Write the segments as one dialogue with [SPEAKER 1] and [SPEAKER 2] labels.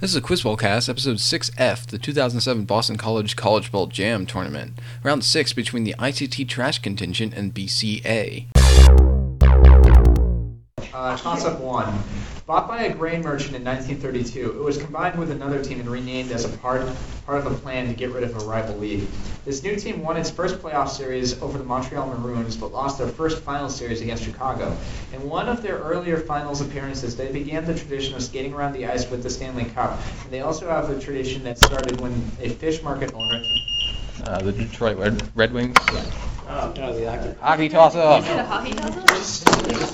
[SPEAKER 1] This is a Quizball Cast, episode 6F, the 2007 Boston College College Ball Jam Tournament, round 6 between the ICT Trash Contingent and BCA.
[SPEAKER 2] Uh, toss-up one. Bought by a grain merchant in 1932, it was combined with another team and renamed as a part part of a plan to get rid of a rival league. This new team won its first playoff series over the Montreal Maroons, but lost their first final series against Chicago. In one of their earlier finals appearances, they began the tradition of skating around the ice with the Stanley Cup. And they also have the tradition that started when a fish market owner.
[SPEAKER 3] Uh, the Detroit Red, Red Wings.
[SPEAKER 4] No, the hockey.
[SPEAKER 3] Hockey toss
[SPEAKER 5] Is it a
[SPEAKER 3] up.
[SPEAKER 5] hockey puzzle?
[SPEAKER 4] It's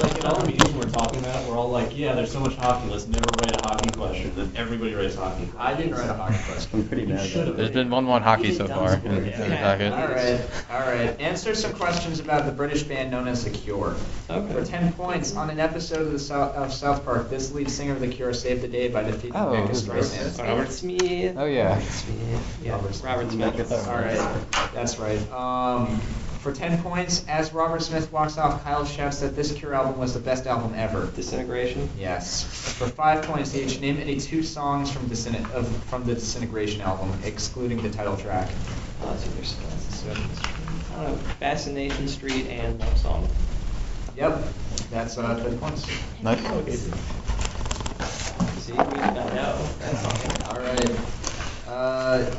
[SPEAKER 4] like in all the meetings we're talking about, we're all like, yeah, there's so much hockey, let's never write a hockey question. Then everybody writes hockey.
[SPEAKER 2] I didn't write a hockey question.
[SPEAKER 6] I'm pretty mad about
[SPEAKER 3] There's been 1 1 hockey so far in, in the
[SPEAKER 2] All
[SPEAKER 3] packet.
[SPEAKER 2] right, all right. Answer some questions about the British band known as The Cure. For 10 points, on an episode of, the South, of South Park, this lead singer of The Cure saved the day by defeating
[SPEAKER 3] Oh,
[SPEAKER 2] Becca
[SPEAKER 3] this is
[SPEAKER 2] Streisand.
[SPEAKER 7] Robert Smith.
[SPEAKER 3] Oh, yeah.
[SPEAKER 7] Smith. Yeah,
[SPEAKER 2] Robert Smith.
[SPEAKER 7] Robert Smith.
[SPEAKER 2] All right, that's right. Um, for 10 points, as Robert Smith walks off, Kyle shouts that this Cure album was the best album ever.
[SPEAKER 7] Disintegration.
[SPEAKER 2] Yes. For five points each, name any two songs from, Disin- of, from the Disintegration album, excluding the title track.
[SPEAKER 7] Oh, that's either I don't know. Fascination Street and Love Song.
[SPEAKER 2] Yep, that's uh, 10 points.
[SPEAKER 3] Nice.
[SPEAKER 7] See, we did not know. That's something.
[SPEAKER 2] All right. Uh,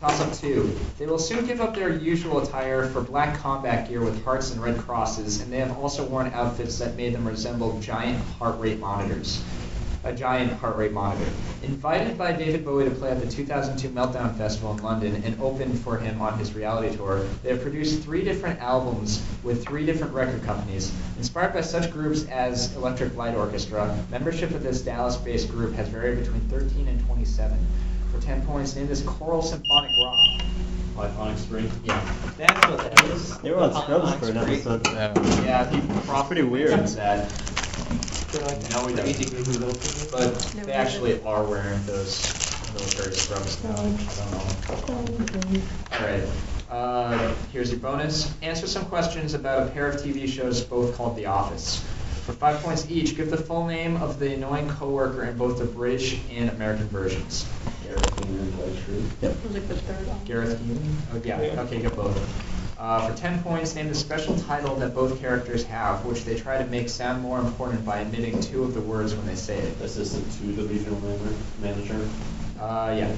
[SPEAKER 2] toss up two. They will soon give up their usual attire for black combat gear with hearts and red crosses, and they have also worn outfits that made them resemble giant heart rate monitors. A giant heart rate monitor. Invited by David Bowie to play at the 2002 Meltdown Festival in London and opened for him on his reality tour, they have produced three different albums with three different record companies. Inspired by such groups as Electric Light Orchestra, membership of this Dallas based group has varied between 13 and 27. For 10 points, name this choral symphonic rock.
[SPEAKER 4] Pythonic Spring.
[SPEAKER 2] Yeah.
[SPEAKER 7] That's what that is.
[SPEAKER 6] it. They were on Scrubs for an episode.
[SPEAKER 3] Yeah.
[SPEAKER 2] Yeah, he
[SPEAKER 6] pretty weird.
[SPEAKER 2] That, No, we don't.
[SPEAKER 7] Eighty degree loop.
[SPEAKER 2] but they actually are wearing those military scrubs now. I don't know. All right. Uh, here's your bonus. Answer some questions about a pair of TV shows both called The Office. For five points each, give the full name of the annoying coworker in both the British and American versions.
[SPEAKER 5] Was it the third one?
[SPEAKER 2] Gareth Keegan? Oh, yeah, okay, get both. Uh, for 10 points, name the special title that both characters have, which they try to make sound more important by omitting two of the words when they say it.
[SPEAKER 4] Assistant to the regional man- manager.
[SPEAKER 2] Uh, yeah.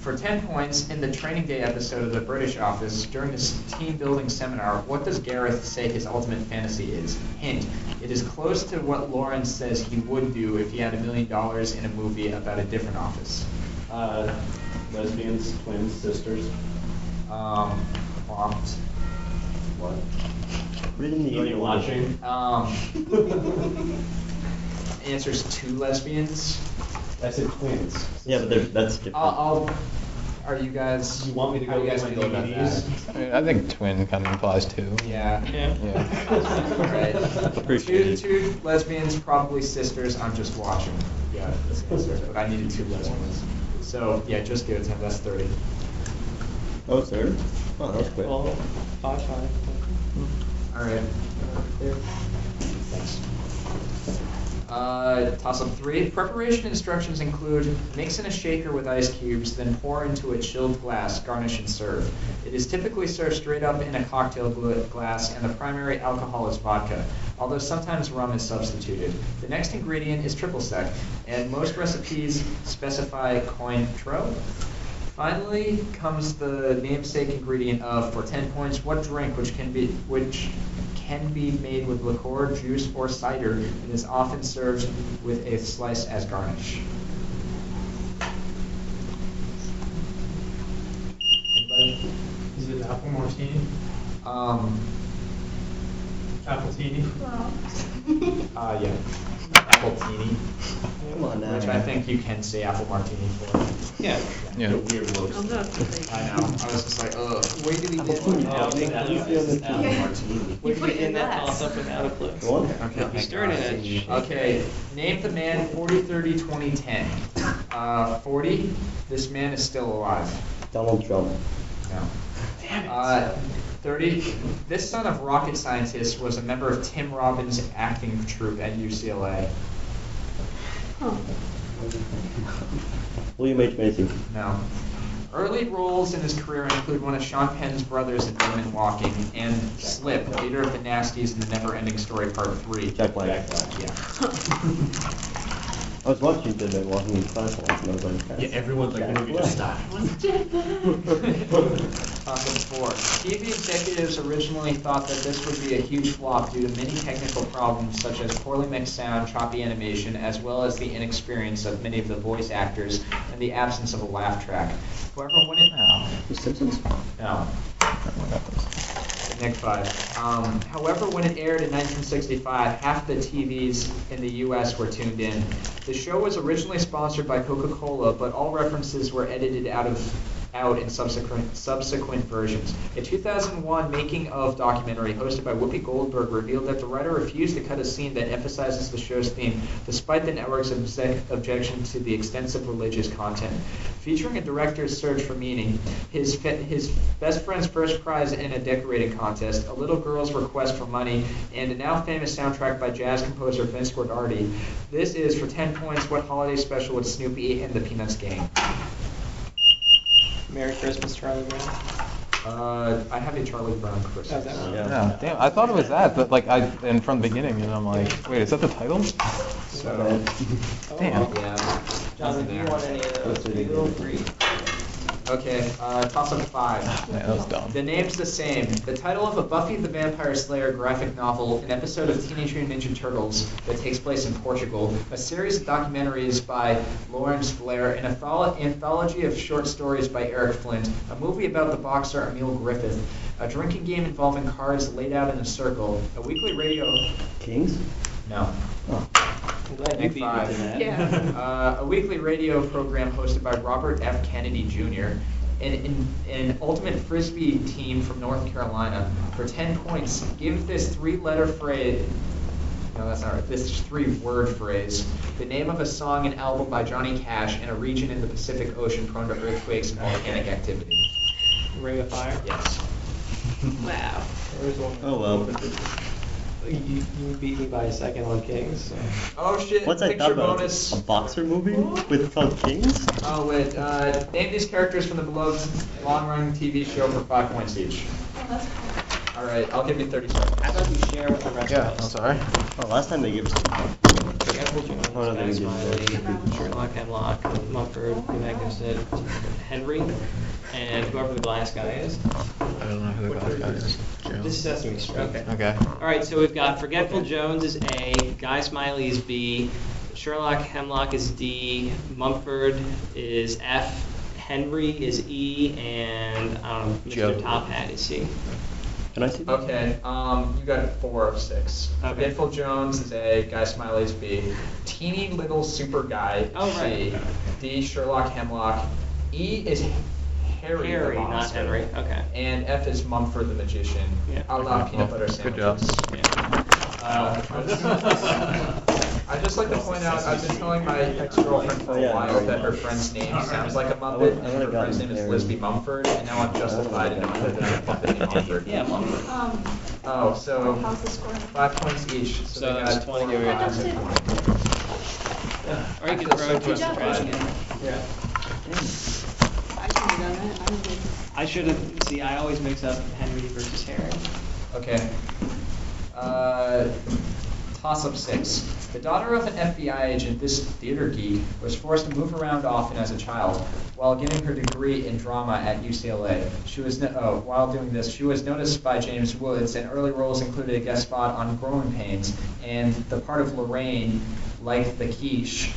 [SPEAKER 2] For 10 points, in the training day episode of the British office, during this team building seminar, what does Gareth say his ultimate fantasy is? Hint, it is close to what Lauren says he would do if he had a million dollars in a movie about a different office.
[SPEAKER 4] Uh, lesbians, twins, sisters.
[SPEAKER 2] Um, prompt.
[SPEAKER 4] What?
[SPEAKER 6] Reading the
[SPEAKER 4] You're watching.
[SPEAKER 2] Um, answers two lesbians.
[SPEAKER 4] I said twins.
[SPEAKER 6] Yeah, but they're- that's different.
[SPEAKER 2] I'll, I'll, are you guys,
[SPEAKER 4] You want me to
[SPEAKER 2] how
[SPEAKER 4] go
[SPEAKER 2] do you
[SPEAKER 4] get
[SPEAKER 2] guys
[SPEAKER 4] my
[SPEAKER 2] feel about
[SPEAKER 4] DVDs?
[SPEAKER 2] that?
[SPEAKER 3] I, mean, I think twin kind of implies two.
[SPEAKER 2] Yeah.
[SPEAKER 7] Yeah.
[SPEAKER 3] Yeah.
[SPEAKER 2] Right.
[SPEAKER 6] Appreciate
[SPEAKER 2] Two,
[SPEAKER 6] it.
[SPEAKER 2] two lesbians, probably sisters. I'm just watching. Yeah, that's the answer. But I needed two lesbians. So yeah, just give it ten. That's thirty.
[SPEAKER 6] Oh, third? Oh, that was quick.
[SPEAKER 7] Well, five five.
[SPEAKER 2] All right. Thanks. Uh, toss up three. Preparation instructions include mix in a shaker with ice cubes, then pour into a chilled glass, garnish and serve. It is typically served straight up in a cocktail gl- glass, and the primary alcohol is vodka, although sometimes rum is substituted. The next ingredient is triple sec, and most recipes specify cointreau. Finally comes the namesake ingredient of, for 10 points, what drink which can be which can be made with liqueur, juice, or cider, and is often served with a slice as garnish. Anybody?
[SPEAKER 8] Is it apple martini?
[SPEAKER 2] Um,
[SPEAKER 8] Apple teeny?
[SPEAKER 2] uh, yeah, apple teeny,
[SPEAKER 6] Come on now.
[SPEAKER 2] which I think you can say apple martini for.
[SPEAKER 7] Yeah.
[SPEAKER 3] Yeah.
[SPEAKER 4] Weird looks. Oh,
[SPEAKER 5] I'm not mistaken.
[SPEAKER 2] I know. I was just like, ugh. Wait till you get
[SPEAKER 6] teeny.
[SPEAKER 2] one.
[SPEAKER 7] I don't think that
[SPEAKER 4] Yeah.
[SPEAKER 7] is.
[SPEAKER 5] Yeah.
[SPEAKER 4] Martini.
[SPEAKER 5] You
[SPEAKER 7] We're
[SPEAKER 5] put it in
[SPEAKER 7] getting that
[SPEAKER 5] glass.
[SPEAKER 7] toss up without a clue.
[SPEAKER 6] Go on.
[SPEAKER 2] Okay.
[SPEAKER 7] You're stirring it.
[SPEAKER 2] Okay, name the man 40, 30, 20, 10. Uh, 40, this man is still alive.
[SPEAKER 6] Donald Trump.
[SPEAKER 2] No. Uh, 30, this son of rocket scientist was a member of Tim Robbins' acting troupe at UCLA.
[SPEAKER 5] Huh.
[SPEAKER 6] William H. Macy.
[SPEAKER 2] No. Early roles in his career include one of Sean Penn's brothers in Women Walking and Slip, leader of the Nasties in the Never Ending Story Part 3.
[SPEAKER 6] Jack Black.
[SPEAKER 2] Yeah.
[SPEAKER 6] I was watching Dead Man Walking in class once, and I was like,
[SPEAKER 4] Yeah, everyone's like, "Maybe just stop."
[SPEAKER 2] Topic four. TV executives originally thought that this would be a huge flop due to many technical problems such as poorly mixed sound, choppy animation, as well as the inexperience of many of the voice actors and the absence of a laugh track. However, when it
[SPEAKER 6] The Simpsons?
[SPEAKER 2] no. Nick five. Um, however, when it aired in 1965, half the TVs in the U.S. were tuned in. The show was originally sponsored by Coca-Cola, but all references were edited out of out in subsequent subsequent versions. A 2001 making of documentary hosted by Whoopi Goldberg revealed that the writer refused to cut a scene that emphasizes the show's theme, despite the network's obse- objection to the extensive religious content. Featuring a director's search for meaning, his fe- his best friend's first prize in a decorating contest, a little girl's request for money, and a now famous soundtrack by jazz composer Vince Guaraldi. This is for 10 points. What holiday special would Snoopy and the Peanuts gang?
[SPEAKER 7] Merry Christmas, Charlie Brown.
[SPEAKER 2] Uh, I have a Charlie Brown Christmas.
[SPEAKER 7] Oh, that one.
[SPEAKER 6] Yeah.
[SPEAKER 3] Yeah, damn, I thought it was that, but like I, and from the beginning, and I'm like, wait, is that the title?
[SPEAKER 2] So,
[SPEAKER 6] Uh,
[SPEAKER 3] Damn.
[SPEAKER 2] yeah.
[SPEAKER 7] Jonathan, Oh, do you want any of those?
[SPEAKER 6] Let's do it
[SPEAKER 7] Big Little
[SPEAKER 6] again.
[SPEAKER 7] Greek.
[SPEAKER 2] Okay, uh, toss up five.
[SPEAKER 3] Yeah, that was dumb.
[SPEAKER 2] The name's the same. The title of a Buffy the Vampire Slayer graphic novel, an episode of Teenage Mutant Ninja Turtles that takes place in Portugal, a series of documentaries by Lawrence Blair, an antholo- anthology of short stories by Eric Flint, a movie about the boxer Emil Griffith, a drinking game involving cards laid out in a circle, a weekly radio.
[SPEAKER 6] Kings? Oh.
[SPEAKER 2] No.
[SPEAKER 7] I'm glad you
[SPEAKER 2] Nick
[SPEAKER 7] beat me
[SPEAKER 2] five.
[SPEAKER 7] to that.
[SPEAKER 5] Yeah.
[SPEAKER 2] Uh, a weekly radio program hosted by Robert F. Kennedy Jr., and an, an ultimate frisbee team from North Carolina. For 10 points, give this three letter phrase. No, that's not right. This three word phrase. The name of a song and album by Johnny Cash in a region in the Pacific Ocean prone to earthquakes and volcanic activity.
[SPEAKER 7] Ring of Fire.
[SPEAKER 2] Yes.
[SPEAKER 5] Wow.
[SPEAKER 7] There was one.
[SPEAKER 6] Oh, well.
[SPEAKER 3] Oh.
[SPEAKER 7] You, you beat me by a second on Kings. So.
[SPEAKER 2] Oh shit,
[SPEAKER 6] What's that
[SPEAKER 2] picture
[SPEAKER 6] dub of?
[SPEAKER 2] bonus.
[SPEAKER 6] A boxer movie with called Kings?
[SPEAKER 2] Oh wait, uh, name these characters from the below long-running TV show for five points each.
[SPEAKER 5] Oh, that's cool.
[SPEAKER 2] All right, I'll give you 30 seconds.
[SPEAKER 7] How about we share with the rest
[SPEAKER 3] Yeah,
[SPEAKER 7] of
[SPEAKER 3] I'm
[SPEAKER 7] us?
[SPEAKER 3] sorry.
[SPEAKER 6] Oh, last time they gave us.
[SPEAKER 7] Edward Jones,
[SPEAKER 6] Oh, no, they
[SPEAKER 7] Max
[SPEAKER 6] didn't do
[SPEAKER 5] that.
[SPEAKER 7] Smiley, Sherlock Hemlock, Mumford, the Magnificent, Henry, and whoever the glass guy is.
[SPEAKER 3] I don't know who the last guy is.
[SPEAKER 7] This is Sesame Street. Okay.
[SPEAKER 3] Okay.
[SPEAKER 7] All right, so we've got Forgetful Jones is A, Guy Smiley is B, Sherlock Hemlock is D, Mumford is F, Henry is E, and I don't know,
[SPEAKER 3] Joe.
[SPEAKER 7] Mr. Top Hat is C.
[SPEAKER 6] Can I see that?
[SPEAKER 2] Okay, um, you got four of six.
[SPEAKER 7] Okay.
[SPEAKER 2] Forgetful Jones is A, Guy Smiley's B, Teeny Little Super Guy is
[SPEAKER 7] Oh, right.
[SPEAKER 2] C, D Sherlock Hemlock, E is Harry,
[SPEAKER 7] Harry,
[SPEAKER 2] the
[SPEAKER 7] not
[SPEAKER 2] Monster,
[SPEAKER 7] Henry. Okay.
[SPEAKER 2] and F is Mumford the Magician.
[SPEAKER 7] Yeah.
[SPEAKER 2] A la peanut
[SPEAKER 3] Well,
[SPEAKER 2] butter
[SPEAKER 3] good
[SPEAKER 2] sandwiches.
[SPEAKER 3] job.
[SPEAKER 2] Uh, I'd just like to point out, I've been telling my ex-girlfriend for a
[SPEAKER 6] Yeah,
[SPEAKER 2] while
[SPEAKER 6] Harry
[SPEAKER 2] that her
[SPEAKER 6] Mumford.
[SPEAKER 2] friend's name sounds like a
[SPEAKER 6] I
[SPEAKER 2] Muppet,
[SPEAKER 6] would've- I
[SPEAKER 2] and
[SPEAKER 6] would've
[SPEAKER 2] her friend's
[SPEAKER 6] gotten
[SPEAKER 2] name is
[SPEAKER 6] Harry.
[SPEAKER 2] Lisby Mumford, and now I'm justified in knowing that there's a Muppet named Mumford.
[SPEAKER 7] Yeah, Mumford.
[SPEAKER 5] Um,
[SPEAKER 2] Oh, so
[SPEAKER 5] how's the score?
[SPEAKER 2] five points each. So,
[SPEAKER 7] So
[SPEAKER 2] they
[SPEAKER 7] that's
[SPEAKER 2] got
[SPEAKER 7] 20
[SPEAKER 2] four,
[SPEAKER 7] over
[SPEAKER 2] five,
[SPEAKER 5] here.
[SPEAKER 2] and
[SPEAKER 7] Or you can
[SPEAKER 2] That's
[SPEAKER 7] throw
[SPEAKER 2] so
[SPEAKER 7] it towards the
[SPEAKER 5] justified.
[SPEAKER 7] trash again.
[SPEAKER 2] Yeah.
[SPEAKER 5] I should have done that. I don't think.
[SPEAKER 7] I should have, see, I always mix up Henry versus Harry.
[SPEAKER 2] Okay. Uh, toss up six. The daughter of an FBI agent, this theater geek, was forced to move around often as a child while getting her degree in drama at UCLA. She was no- oh, while doing this, she was noticed by James Woods, and early roles included a guest spot on Growing Pains and the part of Lorraine, like the quiche,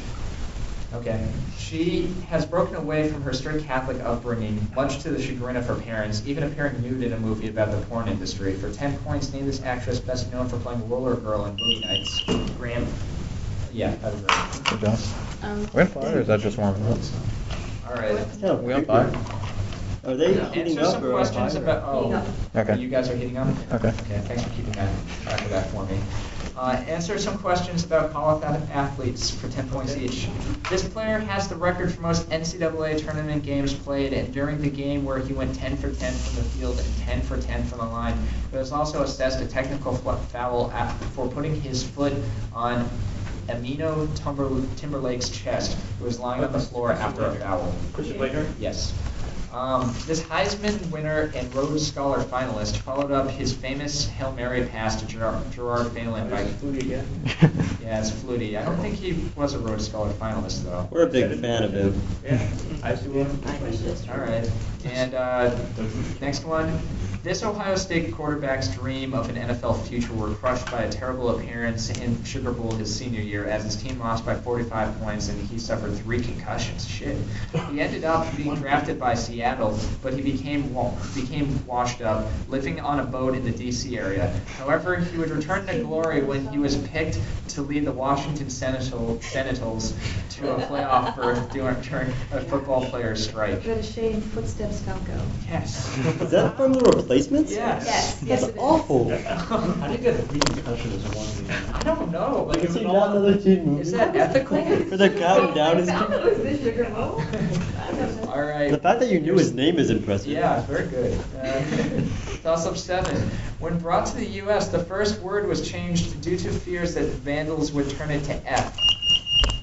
[SPEAKER 2] Okay. She has broken away from her strict Catholic upbringing, much to the chagrin of her parents, even appearing nude in a movie about the porn industry. For 10 points, name this actress best known for playing Roller Girl in Boogie Nights.
[SPEAKER 7] Graham.
[SPEAKER 2] Yeah, that was right.
[SPEAKER 3] Good job.
[SPEAKER 5] Um,
[SPEAKER 3] We on fire or is that just warming up?
[SPEAKER 2] All right.
[SPEAKER 6] Yeah,
[SPEAKER 3] We on fire?
[SPEAKER 6] Are they heating
[SPEAKER 2] Answer
[SPEAKER 6] up
[SPEAKER 2] some
[SPEAKER 6] or on
[SPEAKER 2] questions
[SPEAKER 6] fire?
[SPEAKER 2] about, oh. You
[SPEAKER 3] Okay.
[SPEAKER 2] guys are heating up?
[SPEAKER 3] Okay.
[SPEAKER 2] Okay, thanks for keeping that track of that for me. Uh, answer some questions about college ath- athletes for 10 points each. This player has the record for most NCAA tournament games played, and during the game where he went 10 for 10 from the field and 10 for 10 from the line, he was also assessed a technical fl- foul af- for putting his foot on Amino Timber- Timberlake's chest, who was lying on the floor after a foul.
[SPEAKER 4] Christian Blaker?
[SPEAKER 2] Yes. Um, this Heisman winner and Rhodes Scholar finalist followed up his famous Hail Mary pass to Gerard, Gerard Phelan by yeah, it's Flutie. I don't think he was a Rhodes Scholar finalist though.
[SPEAKER 6] We're a big fan of him.
[SPEAKER 4] Yeah. I see one.
[SPEAKER 2] All right. And uh, next one. This Ohio State quarterback's dream of an NFL future were crushed by a terrible appearance in Sugar Bowl his senior year as his team lost by 45 points and he suffered three concussions. Shit. He ended up being drafted by Seattle, but he became wa- became washed up, living on a boat in the D.C. area. However, he would return to glory when he was picked to lead the Washington Senatal- Senators to a playoff berth during during a football players' strike.
[SPEAKER 5] Where the shame footsteps don't go.
[SPEAKER 2] Yes.
[SPEAKER 6] Is that from the replacements?
[SPEAKER 2] Yes.
[SPEAKER 5] Yes, yes
[SPEAKER 6] That's
[SPEAKER 5] it is.
[SPEAKER 6] awful.
[SPEAKER 4] I think that three concussion is one.
[SPEAKER 2] I don't know.
[SPEAKER 6] Like,
[SPEAKER 2] Like, it's
[SPEAKER 6] is he
[SPEAKER 2] all-
[SPEAKER 6] not another team movie?
[SPEAKER 2] is that ethical?
[SPEAKER 6] For the guy down his.
[SPEAKER 5] That was the sugar bowl. I don't know.
[SPEAKER 2] all right.
[SPEAKER 6] The fact that you knew his name is impressive.
[SPEAKER 2] Yeah, very good. Uh, Toss up seven. When brought to the U.S., the first word was changed due to fears that vandals would turn it to F.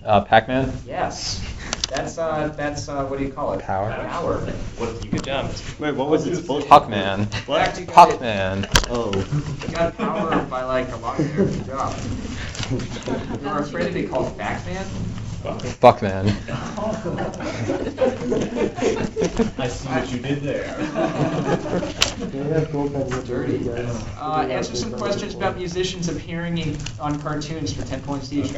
[SPEAKER 3] Uh, Pac-Man.
[SPEAKER 2] Yes. That's uh, that's uh, what do you call it?
[SPEAKER 3] Power.
[SPEAKER 2] Power.
[SPEAKER 4] What, you good job.
[SPEAKER 6] Wait, what was it supposed to be?
[SPEAKER 3] Pac-Man.
[SPEAKER 2] Fact,
[SPEAKER 6] What?
[SPEAKER 2] you got it.
[SPEAKER 3] Pac-Man.
[SPEAKER 6] Oh.
[SPEAKER 2] You got power by like a lot there. Good job. You were afraid to be called Fact Man.
[SPEAKER 3] Buckman.
[SPEAKER 4] I see what you did there.
[SPEAKER 2] Dirty. Uh, answer some questions about musicians appearing in, on cartoons for 10 points each.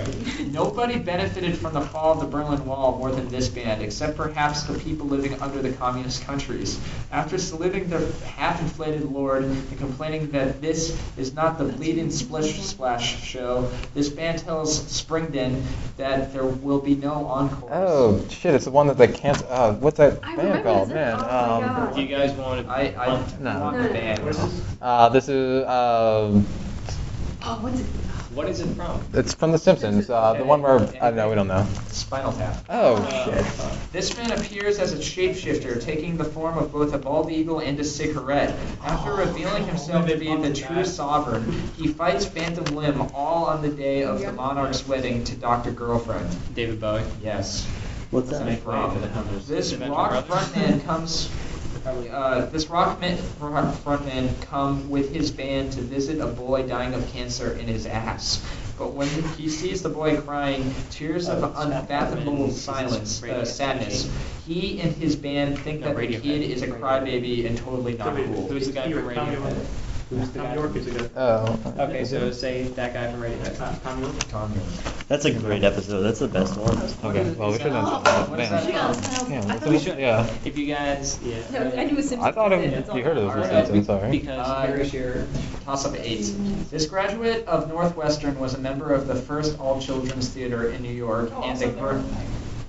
[SPEAKER 2] Nobody benefited from the fall of the Berlin Wall more than this band, except perhaps the people living under the communist countries. After saluting their half inflated Lord and complaining that this is not the bleeding splish splash show, this band tells Springden that there will be no encore.
[SPEAKER 3] Oh shit! It's the one that they can't. Uh, what's that
[SPEAKER 5] I
[SPEAKER 3] band
[SPEAKER 5] remember
[SPEAKER 3] called?
[SPEAKER 5] this.
[SPEAKER 3] Man.
[SPEAKER 5] Oh my
[SPEAKER 3] um,
[SPEAKER 5] God.
[SPEAKER 7] Do you guys want to?
[SPEAKER 2] I, I
[SPEAKER 3] No.
[SPEAKER 2] want the band.
[SPEAKER 3] uh, this is. Um,
[SPEAKER 5] Oh, what's it?
[SPEAKER 7] What is it from?
[SPEAKER 3] it's from The Simpsons. Uh, the one where I don't know. We don't know.
[SPEAKER 2] Spinal Tap.
[SPEAKER 3] Oh shit.
[SPEAKER 7] Uh,
[SPEAKER 2] This man appears as a shapeshifter, taking the form of both a bald eagle and a cigarette. After revealing himself to be the true sovereign, he fights Phantom Limb all on the day of the monarch's wedding to Dr. Girlfriend.
[SPEAKER 7] David Bowie.
[SPEAKER 2] Yes.
[SPEAKER 6] What's that?
[SPEAKER 2] Nice rock. This rock frontman comes. Uh, this rock, man, rock frontman come with his band to visit a boy dying of cancer in his ass. But when he sees the boy crying, tears of unfathomable silence, uh, sadness, he and his band think
[SPEAKER 7] No,
[SPEAKER 2] that the
[SPEAKER 7] Radiohead.
[SPEAKER 2] kid is a crybaby and totally not cool.
[SPEAKER 7] Who's the guy from Radiohead?
[SPEAKER 8] Who's the guy? York is a good.
[SPEAKER 3] Oh.
[SPEAKER 7] Okay, so say that guy from Radiohead.
[SPEAKER 8] Tom York?
[SPEAKER 6] That's a great episode. That's the best one.
[SPEAKER 3] Okay. Well, we should
[SPEAKER 5] Oh,
[SPEAKER 3] end.
[SPEAKER 2] What is
[SPEAKER 3] Man.
[SPEAKER 5] she
[SPEAKER 2] that?
[SPEAKER 5] got a
[SPEAKER 3] Yeah,
[SPEAKER 5] smile.
[SPEAKER 3] what's the- yeah.
[SPEAKER 7] If you guys,
[SPEAKER 5] No, I
[SPEAKER 7] yeah.
[SPEAKER 5] knew it was Simpsons.
[SPEAKER 3] I thought
[SPEAKER 5] That's
[SPEAKER 3] it,
[SPEAKER 5] all.
[SPEAKER 3] you heard it was
[SPEAKER 2] All
[SPEAKER 3] The
[SPEAKER 2] right.
[SPEAKER 3] Simpsons. Sorry.
[SPEAKER 7] Because Barry Shearer.
[SPEAKER 2] Toss up eight. This graduate of Northwestern was a member of the first all children's theater in New York
[SPEAKER 5] Oh,
[SPEAKER 2] and
[SPEAKER 5] also
[SPEAKER 2] the.
[SPEAKER 5] they're on
[SPEAKER 2] Gr-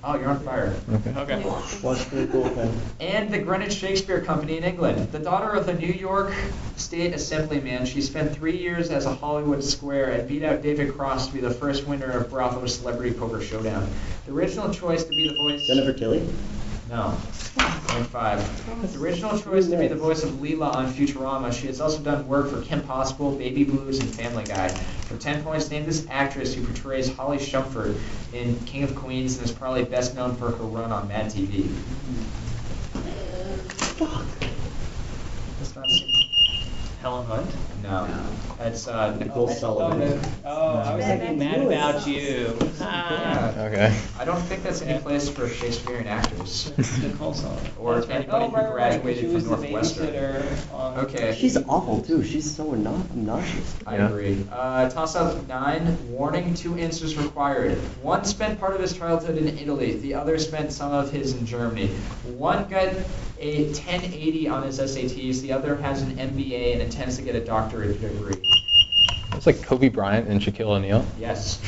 [SPEAKER 2] Oh, you're on fire.
[SPEAKER 3] Okay.
[SPEAKER 7] Okay.
[SPEAKER 6] What's the goaltend?
[SPEAKER 2] and the Greenwich Shakespeare Company in England. The daughter of the New York State Assemblyman, she spent three years as a Hollywood square and beat out David Cross to be the first winner of Bravo's Celebrity Poker Showdown. The original choice to be the voice.
[SPEAKER 6] Jennifer Tilly?
[SPEAKER 2] No. Point five. The original choice to be the voice of Leela on Futurama, she has also done work for Kim Possible, Baby Blues, and Family Guy. For 10 points, name this actress who portrays Holly Shumford in King of Queens and is probably best known for her run on Mad TV. That's not
[SPEAKER 7] Helen Hunt.
[SPEAKER 2] No. That's uh,
[SPEAKER 6] Nicole Sullivan.
[SPEAKER 7] Oh, I was thinking Mad About You. Ah.
[SPEAKER 2] Yeah.
[SPEAKER 3] Okay.
[SPEAKER 2] I don't think that's any place for Shakespearean actors.
[SPEAKER 7] Nicole Sullivan.
[SPEAKER 2] Or
[SPEAKER 7] That's right.
[SPEAKER 2] anybody
[SPEAKER 7] Oh,
[SPEAKER 2] who
[SPEAKER 7] right, right, right.
[SPEAKER 2] graduated
[SPEAKER 7] She
[SPEAKER 2] from
[SPEAKER 7] was the
[SPEAKER 2] Northwestern.
[SPEAKER 7] babysitter on-
[SPEAKER 2] Okay.
[SPEAKER 6] She's awful too. She's so obno- obnoxious.
[SPEAKER 2] I
[SPEAKER 3] Yeah.
[SPEAKER 2] agree. Uh, toss up nine. Warning: Two answers required. One spent part of his childhood in Italy. The other spent some of his in Germany. One got a 1080 on his SATs. The other has an MBA and intends to get a doctorate degree.
[SPEAKER 3] It's like Kobe Bryant and Shaquille O'Neal.
[SPEAKER 2] Yes.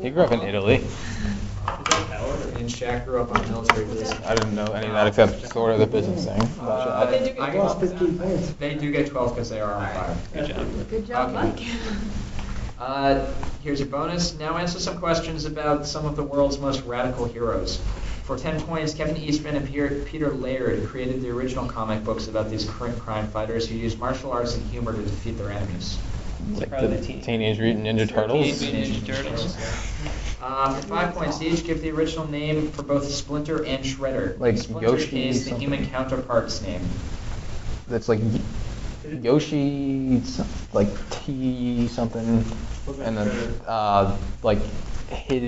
[SPEAKER 3] He grew up in Italy.
[SPEAKER 2] And Shaq grew up on military base.
[SPEAKER 3] I didn't know any of that except sort of the business thing.
[SPEAKER 2] Uh,
[SPEAKER 5] But they do get
[SPEAKER 2] I-
[SPEAKER 6] 15 points.
[SPEAKER 2] They do get 12 because they are on fire.
[SPEAKER 7] Good job.
[SPEAKER 5] Good job, Mike.
[SPEAKER 2] Okay. Uh, here's your bonus. Now answer some questions about some of the world's most radical heroes. For 10 points, Kevin Eastman and Peter, Peter Laird created the original comic books about these cr- crime fighters who used martial arts and humor to defeat their enemies.
[SPEAKER 7] It's
[SPEAKER 3] Like
[SPEAKER 7] probably
[SPEAKER 3] the
[SPEAKER 7] Teen-
[SPEAKER 3] Teenage Mutant Ninja Turtles.
[SPEAKER 7] Teenage Mutant Ninja Turtles.
[SPEAKER 2] Uh, for five points each, give the original name for both Splinter and Shredder.
[SPEAKER 3] Like
[SPEAKER 2] Splinter
[SPEAKER 3] Yoshi
[SPEAKER 2] is the
[SPEAKER 3] something.
[SPEAKER 2] human counterpart's name.
[SPEAKER 3] That's like Yoshi, some- like T something, and then uh, like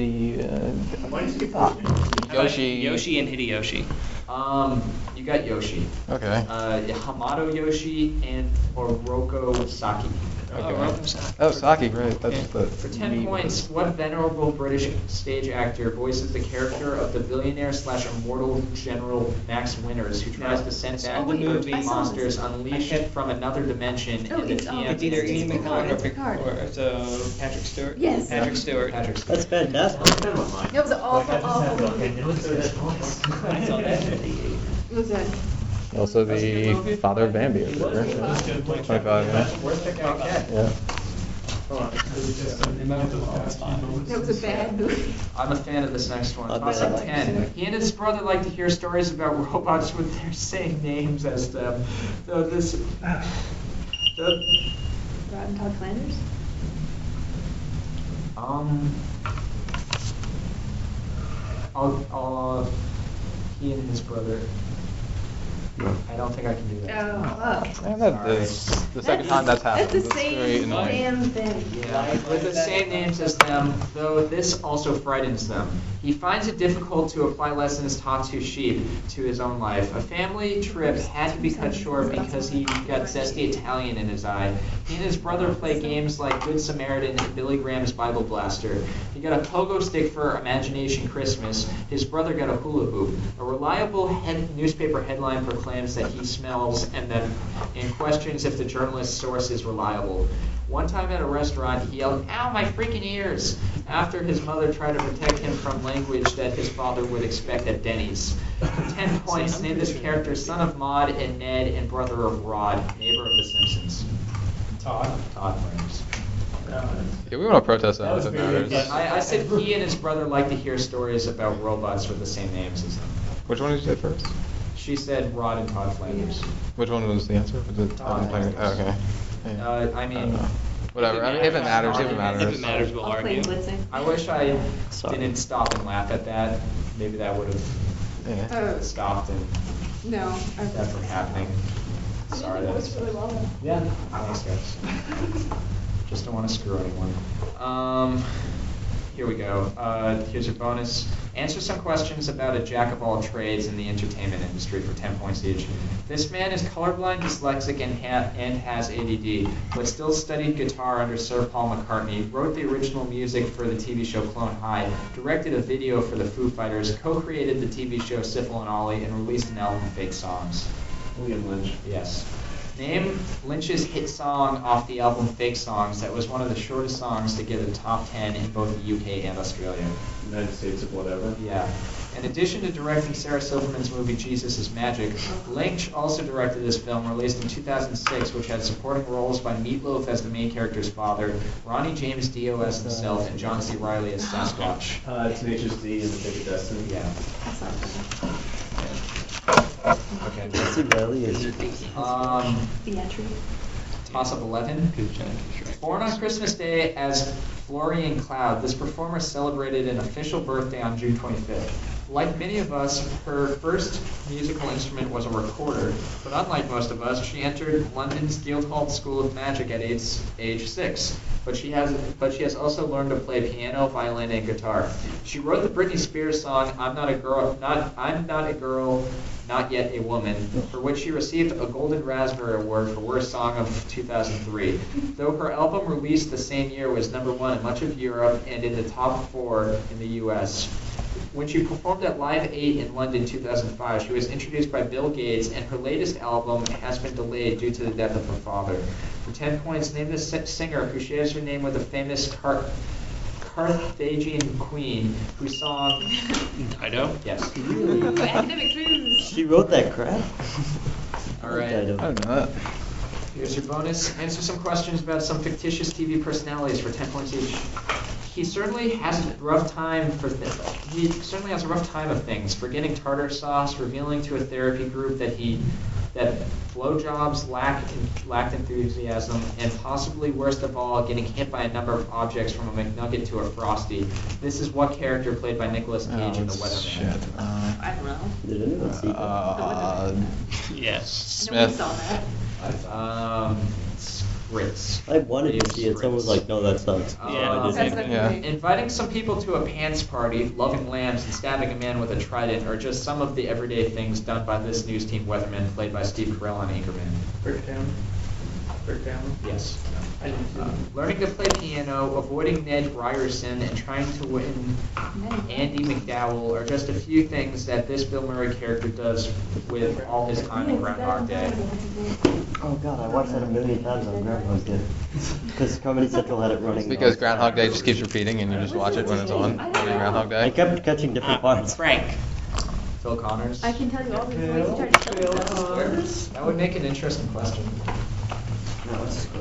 [SPEAKER 3] Hideo.
[SPEAKER 8] Why did you
[SPEAKER 3] Ah.
[SPEAKER 7] How about
[SPEAKER 3] Yoshi.
[SPEAKER 7] Yoshi and Hideyoshi.
[SPEAKER 2] Um, you got Yoshi.
[SPEAKER 3] Okay.
[SPEAKER 2] Uh, Hamato Yoshi and Oroko Saki.
[SPEAKER 7] Oh, Rob Saki.
[SPEAKER 3] Oh, Saki, right? That's
[SPEAKER 7] Yeah.
[SPEAKER 3] the.
[SPEAKER 2] For 10 points, what venerable British stage actor voices the character of the billionaire slash immortal General Max Winters who tries to send back
[SPEAKER 7] Oh,
[SPEAKER 2] the
[SPEAKER 7] wait,
[SPEAKER 2] movie
[SPEAKER 5] I saw
[SPEAKER 2] monsters
[SPEAKER 5] this.
[SPEAKER 2] unleashed
[SPEAKER 7] I kept-
[SPEAKER 2] from another dimension
[SPEAKER 5] Oh,
[SPEAKER 2] in the
[SPEAKER 5] it's- oh,
[SPEAKER 2] TM
[SPEAKER 7] It's either
[SPEAKER 5] It's
[SPEAKER 7] Ian
[SPEAKER 5] Ian
[SPEAKER 7] McCall or
[SPEAKER 5] McCall.
[SPEAKER 7] Pic- or, so Patrick Stewart.
[SPEAKER 5] Yes.
[SPEAKER 7] Patrick Stewart.
[SPEAKER 2] Patrick Stewart.
[SPEAKER 6] That's fantastic.
[SPEAKER 5] That was an awful, awful movie.
[SPEAKER 7] I saw that.
[SPEAKER 5] It was a-
[SPEAKER 3] Also the father of Bambi. or whatever. Twenty-five. Yeah.
[SPEAKER 2] Okay.
[SPEAKER 3] yeah.
[SPEAKER 5] That was a bad movie.
[SPEAKER 2] I'm a fan of this next one.
[SPEAKER 6] I bet
[SPEAKER 2] Toss
[SPEAKER 6] I
[SPEAKER 2] up
[SPEAKER 6] like
[SPEAKER 2] ten.
[SPEAKER 6] it.
[SPEAKER 2] He and his brother like to hear stories about robots with their same names as them. Though this, though,
[SPEAKER 5] Rotten Todd Flanders?
[SPEAKER 2] um, I'll, I'll, he and his brother. I don't think I can do that.
[SPEAKER 5] Oh, fuck.
[SPEAKER 3] And that is the second time that's happened.
[SPEAKER 5] That's the
[SPEAKER 3] very
[SPEAKER 5] same
[SPEAKER 3] annoying.
[SPEAKER 5] damn thing.
[SPEAKER 2] Yeah, with the same names as them, though this also frightens them. He finds it difficult to apply lessons taught to sheep to his own life. A family trip had to be cut short because he got zesty Italian in his eye. He and his brother play games like Good Samaritan and Billy Graham's Bible Blaster. He got a pogo stick for Imagination Christmas. His brother got a hula hoop. A reliable head- newspaper headline proclaims that he smells and then and questions if the journalist's source is reliable. One time at a restaurant, he yelled, Ow, my freaking ears! after his mother tried to protect him from language that his father would expect at Denny's. For 10 points, name this character son of Maud and Ned and brother of Rod, neighbor of the Simpsons.
[SPEAKER 8] Todd.
[SPEAKER 2] Todd Williams.
[SPEAKER 3] Yeah, we want to protest that.
[SPEAKER 8] That was
[SPEAKER 3] if it
[SPEAKER 8] very
[SPEAKER 3] matters.
[SPEAKER 8] good.
[SPEAKER 2] I, I said he and his brother like to hear stories about robots with the same names as them.
[SPEAKER 3] Which one did you say first?
[SPEAKER 2] She said Rod and Todd Flanders.
[SPEAKER 3] Which one was the answer? Was it
[SPEAKER 2] Todd.
[SPEAKER 3] Planet- oh, okay. Yeah.
[SPEAKER 2] Uh, I mean,
[SPEAKER 3] Uh, Whatever. I mean, if it matters, if it
[SPEAKER 7] If it
[SPEAKER 3] matters.
[SPEAKER 7] matters, we'll
[SPEAKER 5] I'll play
[SPEAKER 7] argue.
[SPEAKER 5] Blitzing.
[SPEAKER 2] I wish I
[SPEAKER 6] Sorry.
[SPEAKER 2] didn't stop and laugh at that. Maybe that would have
[SPEAKER 3] Yeah.
[SPEAKER 5] Oh,
[SPEAKER 2] stopped and
[SPEAKER 5] no. I-
[SPEAKER 2] that from happening. Sorry,
[SPEAKER 5] That was
[SPEAKER 2] that's.
[SPEAKER 5] really well.
[SPEAKER 2] Yeah. Thanks, guys. Just don't want to screw anyone. Um, here we go. Uh, here's your bonus. Answer some questions about a jack of all trades in the entertainment industry for 10 points each. This man is colorblind, dyslexic, and, ha- and has ADD, but still studied guitar under Sir Paul McCartney, wrote the original music for the TV show Clone High, directed a video for the Foo Fighters, co created the TV show Syphil and Ollie, and released an album, Fake Songs.
[SPEAKER 4] William Lynch.
[SPEAKER 2] Yes. Name Lynch's hit song off the album Fake Songs that was one of the shortest songs to get a top 10 in both the UK and Australia.
[SPEAKER 4] United States of whatever.
[SPEAKER 2] Yeah. In addition to directing Sarah Silverman's movie Jesus is Magic, Lynch also directed this film released in 2006, which had supporting roles by Meatloaf as the main character's father, Ronnie James Dio as himself, and John C. Riley as Sasquatch.
[SPEAKER 4] Uh, it's Nature's D and the Big of Destiny.
[SPEAKER 2] Yeah.
[SPEAKER 5] I saw that.
[SPEAKER 2] Okay.
[SPEAKER 6] Nancy Reilly is
[SPEAKER 2] Um,
[SPEAKER 5] The entry.
[SPEAKER 2] toss up 11.
[SPEAKER 7] Good job, Shrek.
[SPEAKER 2] Born on Christmas Day as Florian Cloud, this performer celebrated an official birthday on June 25th. Like many of us, her first musical instrument was a recorder, but unlike most of us, she entered London's Guildhall School of Magic at age, age six. But she has, but she has also learned to play piano, violin, and guitar. She wrote the Britney Spears song "I'm Not a Girl, Not I'm Not a Girl, Not Yet a Woman," for which she received a Golden Raspberry Award for Worst Song of 2003. Though her album released the same year was number one in much of Europe and in the top four in the U.S. When she performed at Live 8 in London 2005, she was introduced by Bill Gates, and her latest album has been delayed due to the death of her father. For 10 points, name this si- singer who shares her name with a famous Car- Carthaginian queen whose song,
[SPEAKER 7] Dido?
[SPEAKER 2] yes.
[SPEAKER 5] Ooh, Academic clues.
[SPEAKER 6] She wrote that crap.
[SPEAKER 2] All right.
[SPEAKER 3] I don't know.
[SPEAKER 2] Here's your bonus. Answer some questions about some fictitious TV personalities for 10 points each. He certainly has a rough time for th- he certainly has a rough time of things, forgetting tartar sauce, revealing to a therapy group that he that blowjobs lack lacked enthusiasm, and possibly worst of all, getting hit by a number of objects from a McNugget to a Frosty. This is what character played by Nicolas Cage in The
[SPEAKER 3] Oh,
[SPEAKER 2] Weatherman.
[SPEAKER 3] shit. Uh,
[SPEAKER 5] I don't know.
[SPEAKER 6] Did anyone see that?
[SPEAKER 3] uh,
[SPEAKER 7] Yes.
[SPEAKER 5] No one
[SPEAKER 3] Smith.
[SPEAKER 5] saw that.
[SPEAKER 2] Um, Spritz.
[SPEAKER 6] I wanted to see it. Someone was like, no, that sucks.
[SPEAKER 2] Yeah,
[SPEAKER 6] I
[SPEAKER 2] that's
[SPEAKER 6] didn't.
[SPEAKER 5] not
[SPEAKER 3] Yeah.
[SPEAKER 5] great.
[SPEAKER 2] Inviting some people to a pants party, loving lambs, and stabbing a man with a trident are just some of the everyday things done by this news team weatherman played by Steve Carell on Anchorman.
[SPEAKER 8] Break down. Break down.
[SPEAKER 2] Yes.
[SPEAKER 8] I didn't see
[SPEAKER 2] Uh,
[SPEAKER 8] that.
[SPEAKER 2] learning to play piano, avoiding Ned Ryerson, and trying to win Andy McDowell are just a few things that this Bill Murray character does with all his time in Groundhog Day.
[SPEAKER 6] Oh god, I watched that a million times on Groundhog Day. Because Comedy Central had it running.
[SPEAKER 3] because
[SPEAKER 6] nonstop.
[SPEAKER 3] Groundhog Day just keeps repeating and you just watch it when it's on. Every Groundhog Day.
[SPEAKER 6] I kept catching different parts.
[SPEAKER 7] Ah, Uh, Frank.
[SPEAKER 2] Phil Connors.
[SPEAKER 5] I can tell you all these ways you tried to tell me.
[SPEAKER 8] Phil Connors.
[SPEAKER 2] That would make an interesting question.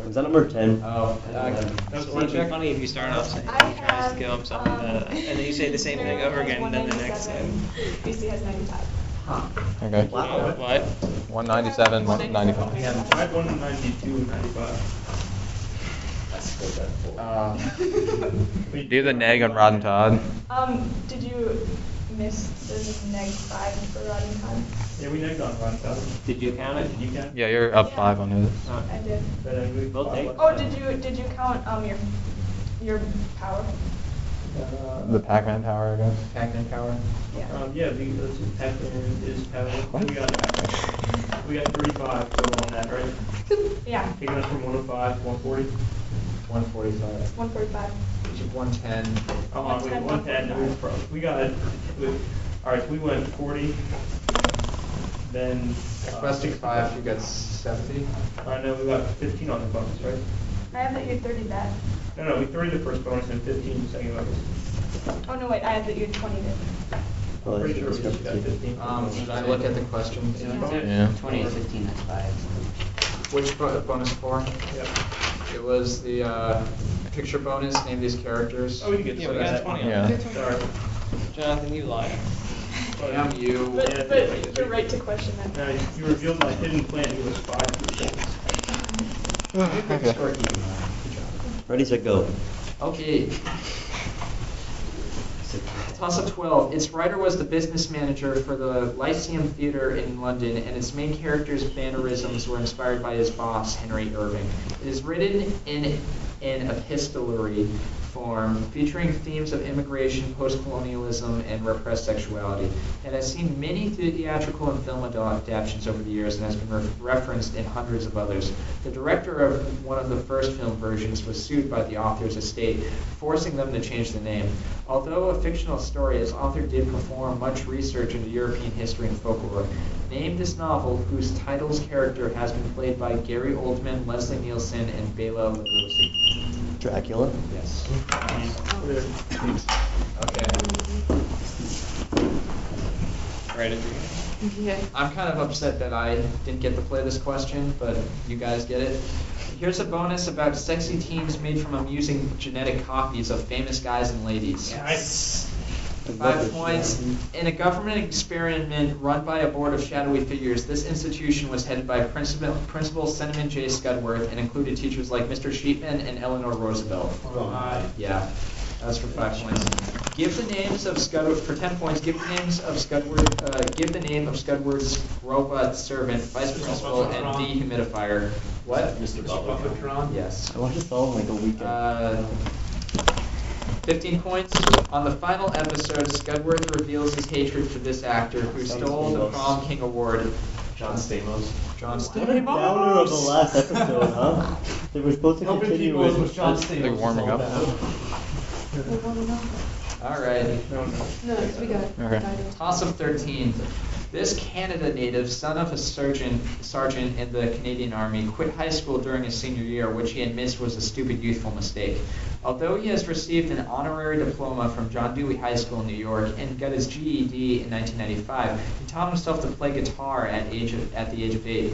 [SPEAKER 6] Was that number 10?
[SPEAKER 2] Oh, uh,
[SPEAKER 7] It would be funny if you start off saying
[SPEAKER 9] I
[SPEAKER 7] he tries
[SPEAKER 9] have,
[SPEAKER 7] to kill himself,
[SPEAKER 9] um,
[SPEAKER 7] uh, and then you say the same thing over again, and then the next thing.
[SPEAKER 9] BC has 95.
[SPEAKER 3] Okay.
[SPEAKER 6] Wow.
[SPEAKER 7] Uh, What?
[SPEAKER 3] 197, 195.
[SPEAKER 8] Yeah, I had one in 92 and 95.
[SPEAKER 3] Do the neg on Rod and Todd.
[SPEAKER 9] Um, did you miss the next five for Rod and Todd?
[SPEAKER 8] Yeah, we negged on Ron Thousand.
[SPEAKER 7] Did you count it?
[SPEAKER 8] Did you count?
[SPEAKER 3] Yeah, you're up five on his.
[SPEAKER 9] I did.
[SPEAKER 8] But I moved
[SPEAKER 7] We'll take-
[SPEAKER 9] Oh, did you, did you count, um, your, your power?
[SPEAKER 3] The Pac-Man Tower, I guess.
[SPEAKER 2] Pac-Man Power.
[SPEAKER 9] Yeah.
[SPEAKER 8] Uh, Um, yeah, because Pac-Man is Pac-Man.
[SPEAKER 3] What?
[SPEAKER 8] We got, we got 35 total on that, right?
[SPEAKER 9] Yeah,
[SPEAKER 8] Taking us from 105, 140.
[SPEAKER 2] 145.
[SPEAKER 9] one forty-five.
[SPEAKER 2] 110.
[SPEAKER 8] Oh, I mean, one ten, we pro- we got, it. we, all right, we went forty, then. uh,
[SPEAKER 2] Requesting five, you got 70.
[SPEAKER 8] I know, we got fifteen on the bonus, right?
[SPEAKER 9] I have that you had thirty that.
[SPEAKER 8] No, no, we threw the first bonus and fifteen the second bonus.
[SPEAKER 9] Oh, no, wait, I have that you had twenty that.
[SPEAKER 6] Oh,
[SPEAKER 8] I'm
[SPEAKER 6] that's
[SPEAKER 8] Pretty sure we
[SPEAKER 6] just
[SPEAKER 8] just got fifteen. for
[SPEAKER 2] Um,
[SPEAKER 8] bonus.
[SPEAKER 2] should I look at the questions?
[SPEAKER 3] Yeah.
[SPEAKER 7] 20 and 15, that's five.
[SPEAKER 2] Which bo- bonus for?
[SPEAKER 8] Yep.
[SPEAKER 2] It was the uh, picture bonus, name these characters.
[SPEAKER 8] Oh, we can get.
[SPEAKER 7] Yeah, we got 20 on
[SPEAKER 3] Yeah.
[SPEAKER 7] that.
[SPEAKER 8] Sorry.
[SPEAKER 7] Jonathan, you liar.
[SPEAKER 2] Damn you.
[SPEAKER 8] Yeah.
[SPEAKER 9] But, but you're right to question that.
[SPEAKER 8] Now, Uh, you revealed my hidden plan, it was five percent.
[SPEAKER 3] Okay.
[SPEAKER 6] Ready, set, go.
[SPEAKER 2] Okay. Toss up 12. Its writer was the business manager for the Lyceum Theatre in London, and its main character's mannerisms were inspired by his boss, Henry Irving. It is written in an epistolary form, featuring themes of immigration, post colonialism, and repressed sexuality. It has seen many theatrical and film adaptations over the years and has been re- referenced in hundreds of others. The director of one of the first film versions was sued by the author's estate, forcing them to change the name. Although a fictional story, its author did perform much research into European history and folklore. Name this novel, whose title's character has been played by Gary Oldman, Leslie Nielsen, and Bela Lugosi.
[SPEAKER 6] Dracula.
[SPEAKER 2] Yes.
[SPEAKER 8] There.
[SPEAKER 2] Okay.
[SPEAKER 7] Right.
[SPEAKER 5] Yeah.
[SPEAKER 2] I'm kind of upset that I didn't get to play this question, but you guys get it. Here's a bonus about sexy teens made from amusing genetic copies of famous guys and ladies.
[SPEAKER 8] Nice.
[SPEAKER 2] Five points. In a government experiment run by a board of shadowy figures, this institution was headed by Principal, Principal Cinnamon J. Scudworth and included teachers like Mr. Sheepman and Eleanor Roosevelt.
[SPEAKER 8] Aye.
[SPEAKER 2] Yeah, that's for five points. Give the names of Scud, for ten points, give the names of Scudward, uh, give the name of Scudward's robot servant, vice principal, and dehumidifier. What?
[SPEAKER 4] Mr.
[SPEAKER 8] Buffetron.
[SPEAKER 2] Yes.
[SPEAKER 6] I watched this all in like a weekend.
[SPEAKER 2] Uh, 15 points. On the final episode, Scudworth reveals his hatred for this actor who stole the prom king award. John Stamos. John
[SPEAKER 6] what a downer of the last episode, huh? They were supposed to continue with.
[SPEAKER 3] They're warming up.
[SPEAKER 2] All right.
[SPEAKER 5] No, 'cause we got.
[SPEAKER 3] Okay.
[SPEAKER 2] Toss of 13. This Canada native, son of a surgeon, sergeant in the Canadian Army, quit high school during his senior year, which he admits was a stupid youthful mistake. Although he has received an honorary diploma from John Dewey High School in New York and got his E GED in 1995, he taught himself to play guitar at, age of, at the age of eight.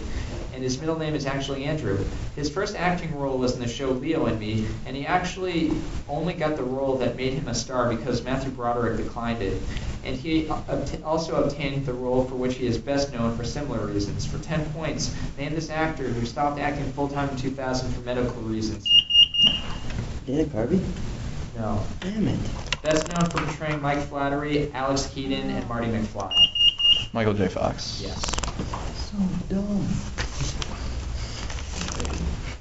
[SPEAKER 2] and his middle name is actually Andrew. His first acting role was in the show Leo and Me, and he actually only got the role that made him a star because Matthew Broderick declined it. And he obt- also obtained the role for which he is best known for similar reasons. For 10 points, name this actor who stopped acting full time in 2000 for medical reasons.
[SPEAKER 6] Dana Carvey?
[SPEAKER 2] No.
[SPEAKER 6] Damn it.
[SPEAKER 2] Best known for portraying Mike Flattery, Alex Keaton, and Marty McFly.
[SPEAKER 3] Michael J. Fox.
[SPEAKER 2] Yes.
[SPEAKER 6] So dumb.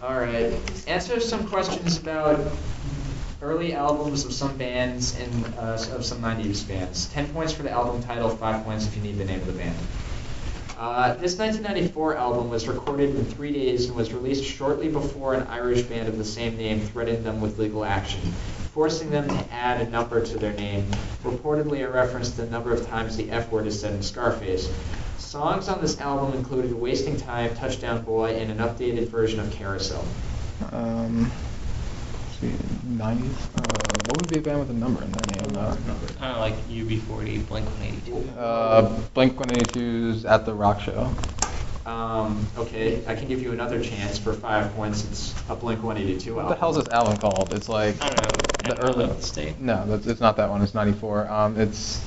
[SPEAKER 2] All right. Answer some questions about early albums of some bands and uh, of some 90s bands. 10 points for the album title, 5 points if you need the name of the band. Uh, this 1994 album was recorded in three days and was released shortly before an Irish band of the same name threatened them with legal action, forcing them to add a number to their name, reportedly a reference to the number of times the F word is said in Scarface. Songs on this album included Wasting Time, Touchdown Boy, and an updated version of Carousel.
[SPEAKER 3] Um, let's see, 90s. Uh, what would be a band with a number in their name? Uh,
[SPEAKER 7] I don't know, like UB40, Blink 182.
[SPEAKER 3] Uh, Blink 182's at the rock show.
[SPEAKER 2] Um, okay, I can give you another chance for five points. It's a Blink 182 album.
[SPEAKER 3] What the hell's this album called? It's like
[SPEAKER 7] I don't know.
[SPEAKER 3] the early
[SPEAKER 7] Out of state.
[SPEAKER 3] No, that's, it's not that one. It's 94. Um, it's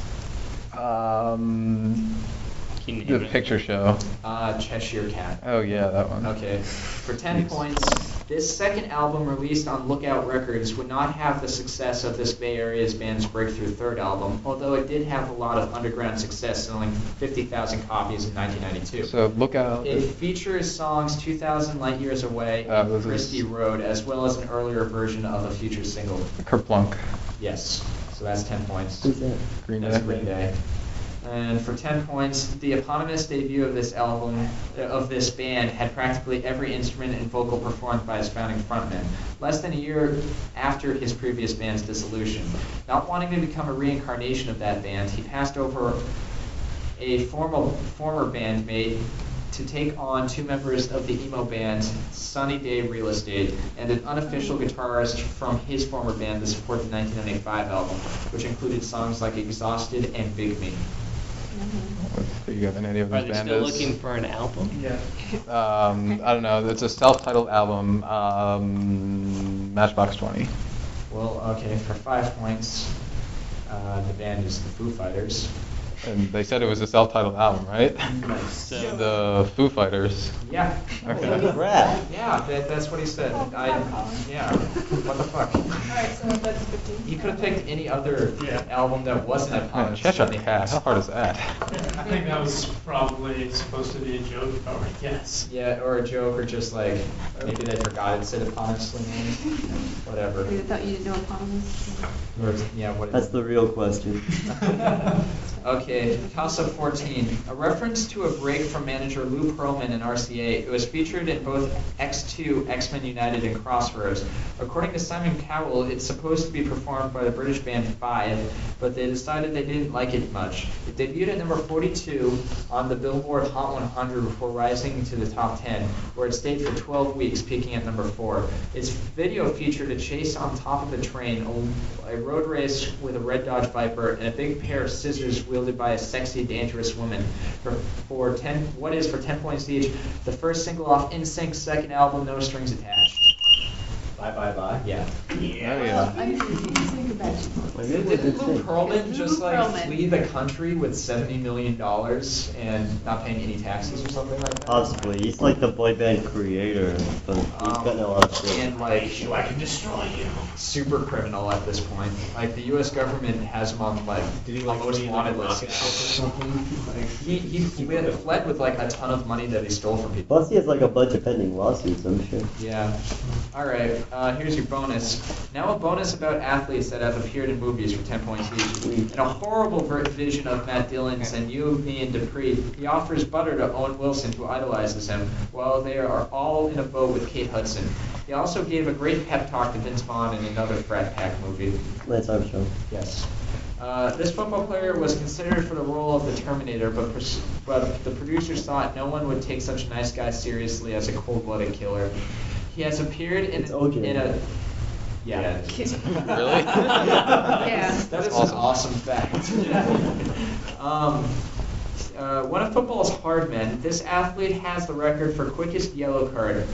[SPEAKER 3] um
[SPEAKER 7] Can you name
[SPEAKER 3] the
[SPEAKER 7] it?
[SPEAKER 3] picture show.
[SPEAKER 2] Uh, Cheshire Cat.
[SPEAKER 3] Oh yeah, that one.
[SPEAKER 2] Okay. For 10
[SPEAKER 3] Jeez.
[SPEAKER 2] points, this second album released on Lookout Records would not have the success of this Bay Area's band's breakthrough third album, although it did have a lot of underground success, selling 50,000 copies in 1992.
[SPEAKER 3] So look out.
[SPEAKER 2] it features songs 2,000 Light Years Away
[SPEAKER 3] Uh,
[SPEAKER 2] and
[SPEAKER 3] this is-
[SPEAKER 2] Christie Road, as well as an earlier version of a future single.
[SPEAKER 3] Kerplunk.
[SPEAKER 2] Yes. So that's 10 points.
[SPEAKER 6] Who's that?
[SPEAKER 3] Green
[SPEAKER 2] That's
[SPEAKER 3] Day.
[SPEAKER 2] Green Day. And for 10 points, the eponymous debut of this album, uh, of this band, had practically every instrument and vocal performed by its founding frontman, less than a year after his previous band's dissolution. Not wanting to become a reincarnation of that band, he passed over a formal, former bandmate to take on two members of the emo band Sunny Day Real Estate and an unofficial guitarist from his former band to support the 1995 album, which included songs like Exhausted and Big Me.
[SPEAKER 3] Do you have any idea
[SPEAKER 7] Are
[SPEAKER 3] what
[SPEAKER 7] they
[SPEAKER 3] this band
[SPEAKER 7] still
[SPEAKER 3] is?
[SPEAKER 7] looking for an album?
[SPEAKER 8] Yeah.
[SPEAKER 3] Um, I don't know. It's a self-titled album. Um, Matchbox 20.
[SPEAKER 2] Well, okay, for five points, uh, the band is the Foo Fighters.
[SPEAKER 3] And they said it was a self-titled album, right?
[SPEAKER 7] So-
[SPEAKER 3] the Foo Fighters.
[SPEAKER 2] Yeah.
[SPEAKER 3] Okay.
[SPEAKER 6] Crap.
[SPEAKER 2] Yeah, that, that's what he said.
[SPEAKER 9] Oh,
[SPEAKER 2] I,
[SPEAKER 9] crap, Colin.
[SPEAKER 2] yeah, what the fuck?
[SPEAKER 9] Alright, so that's 15.
[SPEAKER 2] You could have picked any other
[SPEAKER 8] Yeah.
[SPEAKER 2] album that wasn't a
[SPEAKER 3] Oh,
[SPEAKER 2] punch.
[SPEAKER 3] Cheshire Cat. How hard is that?
[SPEAKER 8] I think that was probably supposed to be a joke, if I were to guess.
[SPEAKER 2] Yeah, or a joke, or just like maybe they forgot it said eponymous name, whatever.
[SPEAKER 5] I thought you didn't know eponymous.
[SPEAKER 2] Or, yeah, what
[SPEAKER 6] That's
[SPEAKER 2] is
[SPEAKER 6] the real question.
[SPEAKER 2] Okay, House of 14. A reference to a break from manager Lou Pearlman in RCA. It was featured in both X2, X Men United, and Crossroads. According to Simon Cowell, it's supposed to be performed by the British band Five, but they decided they didn't like it much. It debuted at number 42 on the Billboard Hot 100 before rising to the top 10, where it stayed for 12 weeks, peaking at number 4. Its video featured a chase on top of a train, a, a road race with a red Dodge Viper, and a big pair of scissors wielded by a sexy, dangerous woman. For, for 10, what is for 10 points each, the first single off NSYNC's second album, No Strings Attached.
[SPEAKER 4] Bye bye bye.
[SPEAKER 2] Yeah.
[SPEAKER 3] Oh, yeah.
[SPEAKER 5] I didn't think about you.
[SPEAKER 6] Like, it was a
[SPEAKER 2] Didn't
[SPEAKER 6] good
[SPEAKER 2] Lou
[SPEAKER 6] thing.
[SPEAKER 2] Pearlman just
[SPEAKER 5] Lou
[SPEAKER 2] like
[SPEAKER 5] Pearlman.
[SPEAKER 2] flee the country with 70 million dollars and not paying any taxes or something like that?
[SPEAKER 6] Possibly. He's like the boy band creator, but he's
[SPEAKER 2] Um,
[SPEAKER 6] gotten a lot of shit.
[SPEAKER 2] And like
[SPEAKER 4] I can destroy you.
[SPEAKER 2] super criminal at this point. Like the U.S. government has him on like
[SPEAKER 4] Did he,
[SPEAKER 2] the
[SPEAKER 4] like,
[SPEAKER 2] most
[SPEAKER 4] flee, like,
[SPEAKER 2] wanted list.
[SPEAKER 4] Moscow or something? Like-
[SPEAKER 2] He he fled, fled with like a ton of money that he stole from people.
[SPEAKER 6] Plus, he has like a bunch of pending lawsuits, I'm sure.
[SPEAKER 2] Yeah. All right. Uh, here's your bonus. Now a bonus about athletes that have appeared in movies for 10 points each. In a horrible ver- vision of Matt Dillon's and you, me, and Dupree, he offers butter to Owen Wilson, who idolizes him, while they are all in a boat with Kate Hudson. He also gave a great pep talk to Vince Vaughn in another Frat Pack movie.
[SPEAKER 6] Lance Armstrong.
[SPEAKER 2] Yes. Uh, this football player was considered for the role of the Terminator, but, pers- but the producers thought no one would take such a nice guy seriously as a cold-blooded killer. He has appeared in,
[SPEAKER 6] It's OJ.
[SPEAKER 2] in a yeah.
[SPEAKER 3] Really?
[SPEAKER 5] Yeah.
[SPEAKER 2] That is
[SPEAKER 3] awesome.
[SPEAKER 2] an awesome fact. um, uh, one of football's hard men, this athlete has the record for quickest yellow card,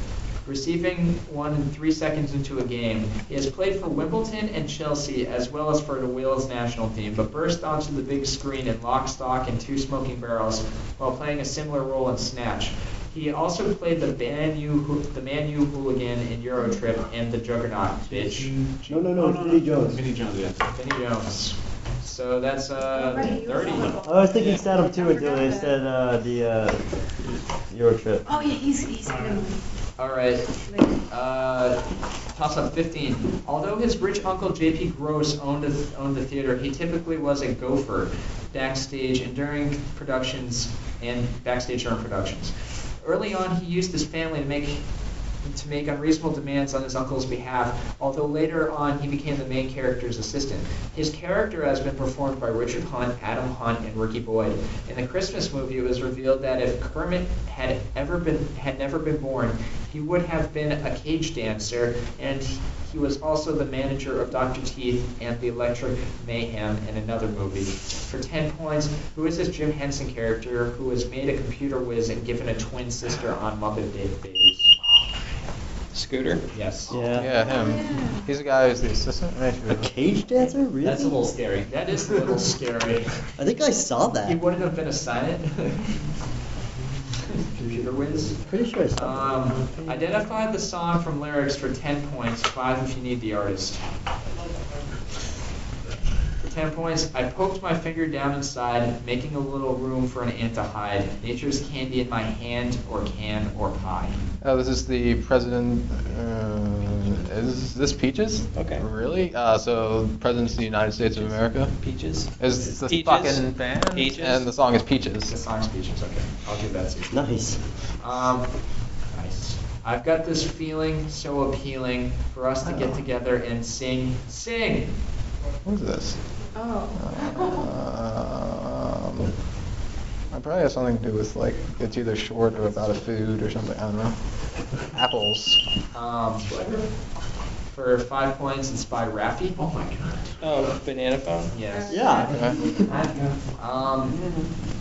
[SPEAKER 2] receiving one in three seconds into a game. He has played for Wimbledon and Chelsea as well as for the Wales national team, but burst onto the big screen in Lock, Stock, and Two Smoking Barrels while playing a similar role in Snatch. He also played the Man U, hoo- the Man U hooligan in Eurotrip and the Juggernaut, bitch.
[SPEAKER 6] No, no, no, it's Vinny Jones.
[SPEAKER 4] Oh, Vinny Jones, yeah.
[SPEAKER 2] Vinny Jones. So that's uh,
[SPEAKER 9] Right, he was
[SPEAKER 2] 30.
[SPEAKER 9] on the ball.
[SPEAKER 6] I was thinking Saddam too until they said uh, the uh, Euro trip.
[SPEAKER 5] Oh, yeah, he's, he's gonna,
[SPEAKER 2] All right.
[SPEAKER 5] like,
[SPEAKER 2] Uh, toss up 15. Although his rich uncle J.P. Gross owned, a, owned the theater, he typically was a gopher backstage and during productions and backstage during productions. Early on, he used his family to make to make unreasonable demands on his uncle's behalf, although later on he became the main character's assistant. His character has been performed by Richard Hunt, Adam Hunt, and Ricky Boyd. In the Christmas movie, it was revealed that if Kermit had ever been had never been born, he would have been a cage dancer, and he was also the manager of Dr. Teeth and the Electric Mayhem in another movie. For 10 points, who is this Jim Henson character who was made a computer whiz and given a twin sister on Muppet Babies?
[SPEAKER 7] Scooter?
[SPEAKER 2] Yes.
[SPEAKER 6] Yeah.
[SPEAKER 3] Yeah, him. He's the guy who's the assistant. Right?
[SPEAKER 6] A cage dancer? Really?
[SPEAKER 2] That's a little scary. That is a little scary.
[SPEAKER 6] I think I saw that.
[SPEAKER 2] He wouldn't have been a silent computer whiz.
[SPEAKER 6] Pretty sure I saw
[SPEAKER 2] Um, identify the song from lyrics for 10 points, 5 if you need the artist. For 10 points, I poked my finger down inside, making a little room for an ant to hide. Nature's candy in my hand, or can, or pie.
[SPEAKER 3] Oh, this is the president. Uh, is this Peaches?
[SPEAKER 7] Okay.
[SPEAKER 3] Really? Uh, so, President of the United States of America
[SPEAKER 7] Peaches?
[SPEAKER 3] is the
[SPEAKER 7] Peaches.
[SPEAKER 3] fucking band,
[SPEAKER 7] Peaches.
[SPEAKER 3] and the song is
[SPEAKER 2] The
[SPEAKER 3] Peaches.
[SPEAKER 2] song speeches, okay. I'll give that to you.
[SPEAKER 6] that. Nice.
[SPEAKER 2] Um, nice. I've got this feeling so appealing for us to get together and sing, sing.
[SPEAKER 3] What is this? Uh,
[SPEAKER 5] oh.
[SPEAKER 3] Um, I probably has something to do with like it's either short or about a food or something. I don't know. Apples.
[SPEAKER 2] Um, for five points, it's by Raffi. Oh my god.
[SPEAKER 7] Oh, banana phone?
[SPEAKER 2] Yes.
[SPEAKER 6] Yeah.
[SPEAKER 2] Um,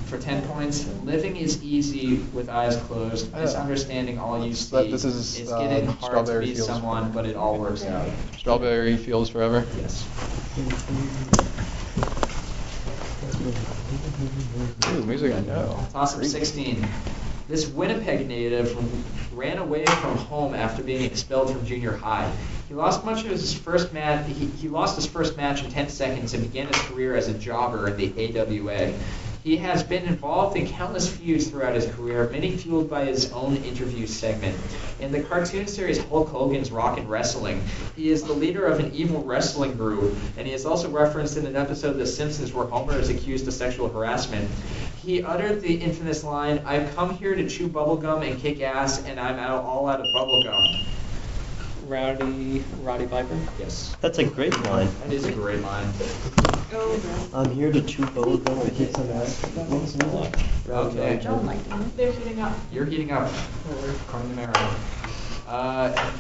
[SPEAKER 2] for ten points, living is easy with eyes closed,
[SPEAKER 3] Yeah.
[SPEAKER 2] misunderstanding all you see.
[SPEAKER 3] But this is,
[SPEAKER 2] it's
[SPEAKER 3] uh,
[SPEAKER 2] getting hard to
[SPEAKER 3] Strawberry
[SPEAKER 2] be
[SPEAKER 3] Fields.
[SPEAKER 2] someone, but it all works out.
[SPEAKER 3] Strawberry fields forever.
[SPEAKER 2] Yes.
[SPEAKER 3] Ooh, music I know.
[SPEAKER 2] Toss up 16. This Winnipeg native ran away from home after being expelled from junior high. He lost much of his first match. He, he lost his first match in 10 seconds and began his career as a jobber in the AWA. He has been involved in countless feuds throughout his career, many fueled by his own interview segment. In the cartoon series Hulk Hogan's Rock and Wrestling, he is the leader of an evil wrestling group, and he is also referenced in an episode of The Simpsons where Homer is accused of sexual harassment. He uttered the infamous line, I've come here to chew bubblegum and kick ass, and I'm out all out of bubblegum.
[SPEAKER 7] Rowdy, Roddy Piper?
[SPEAKER 2] Yes.
[SPEAKER 6] That's a great line.
[SPEAKER 2] That is a great line.
[SPEAKER 5] Oh,
[SPEAKER 6] I'm here to chew both of and kick some ass.
[SPEAKER 2] Okay.
[SPEAKER 5] no. Joan liked him.
[SPEAKER 9] They're heating up.
[SPEAKER 2] You're heating up. Carmen Romero. Uh,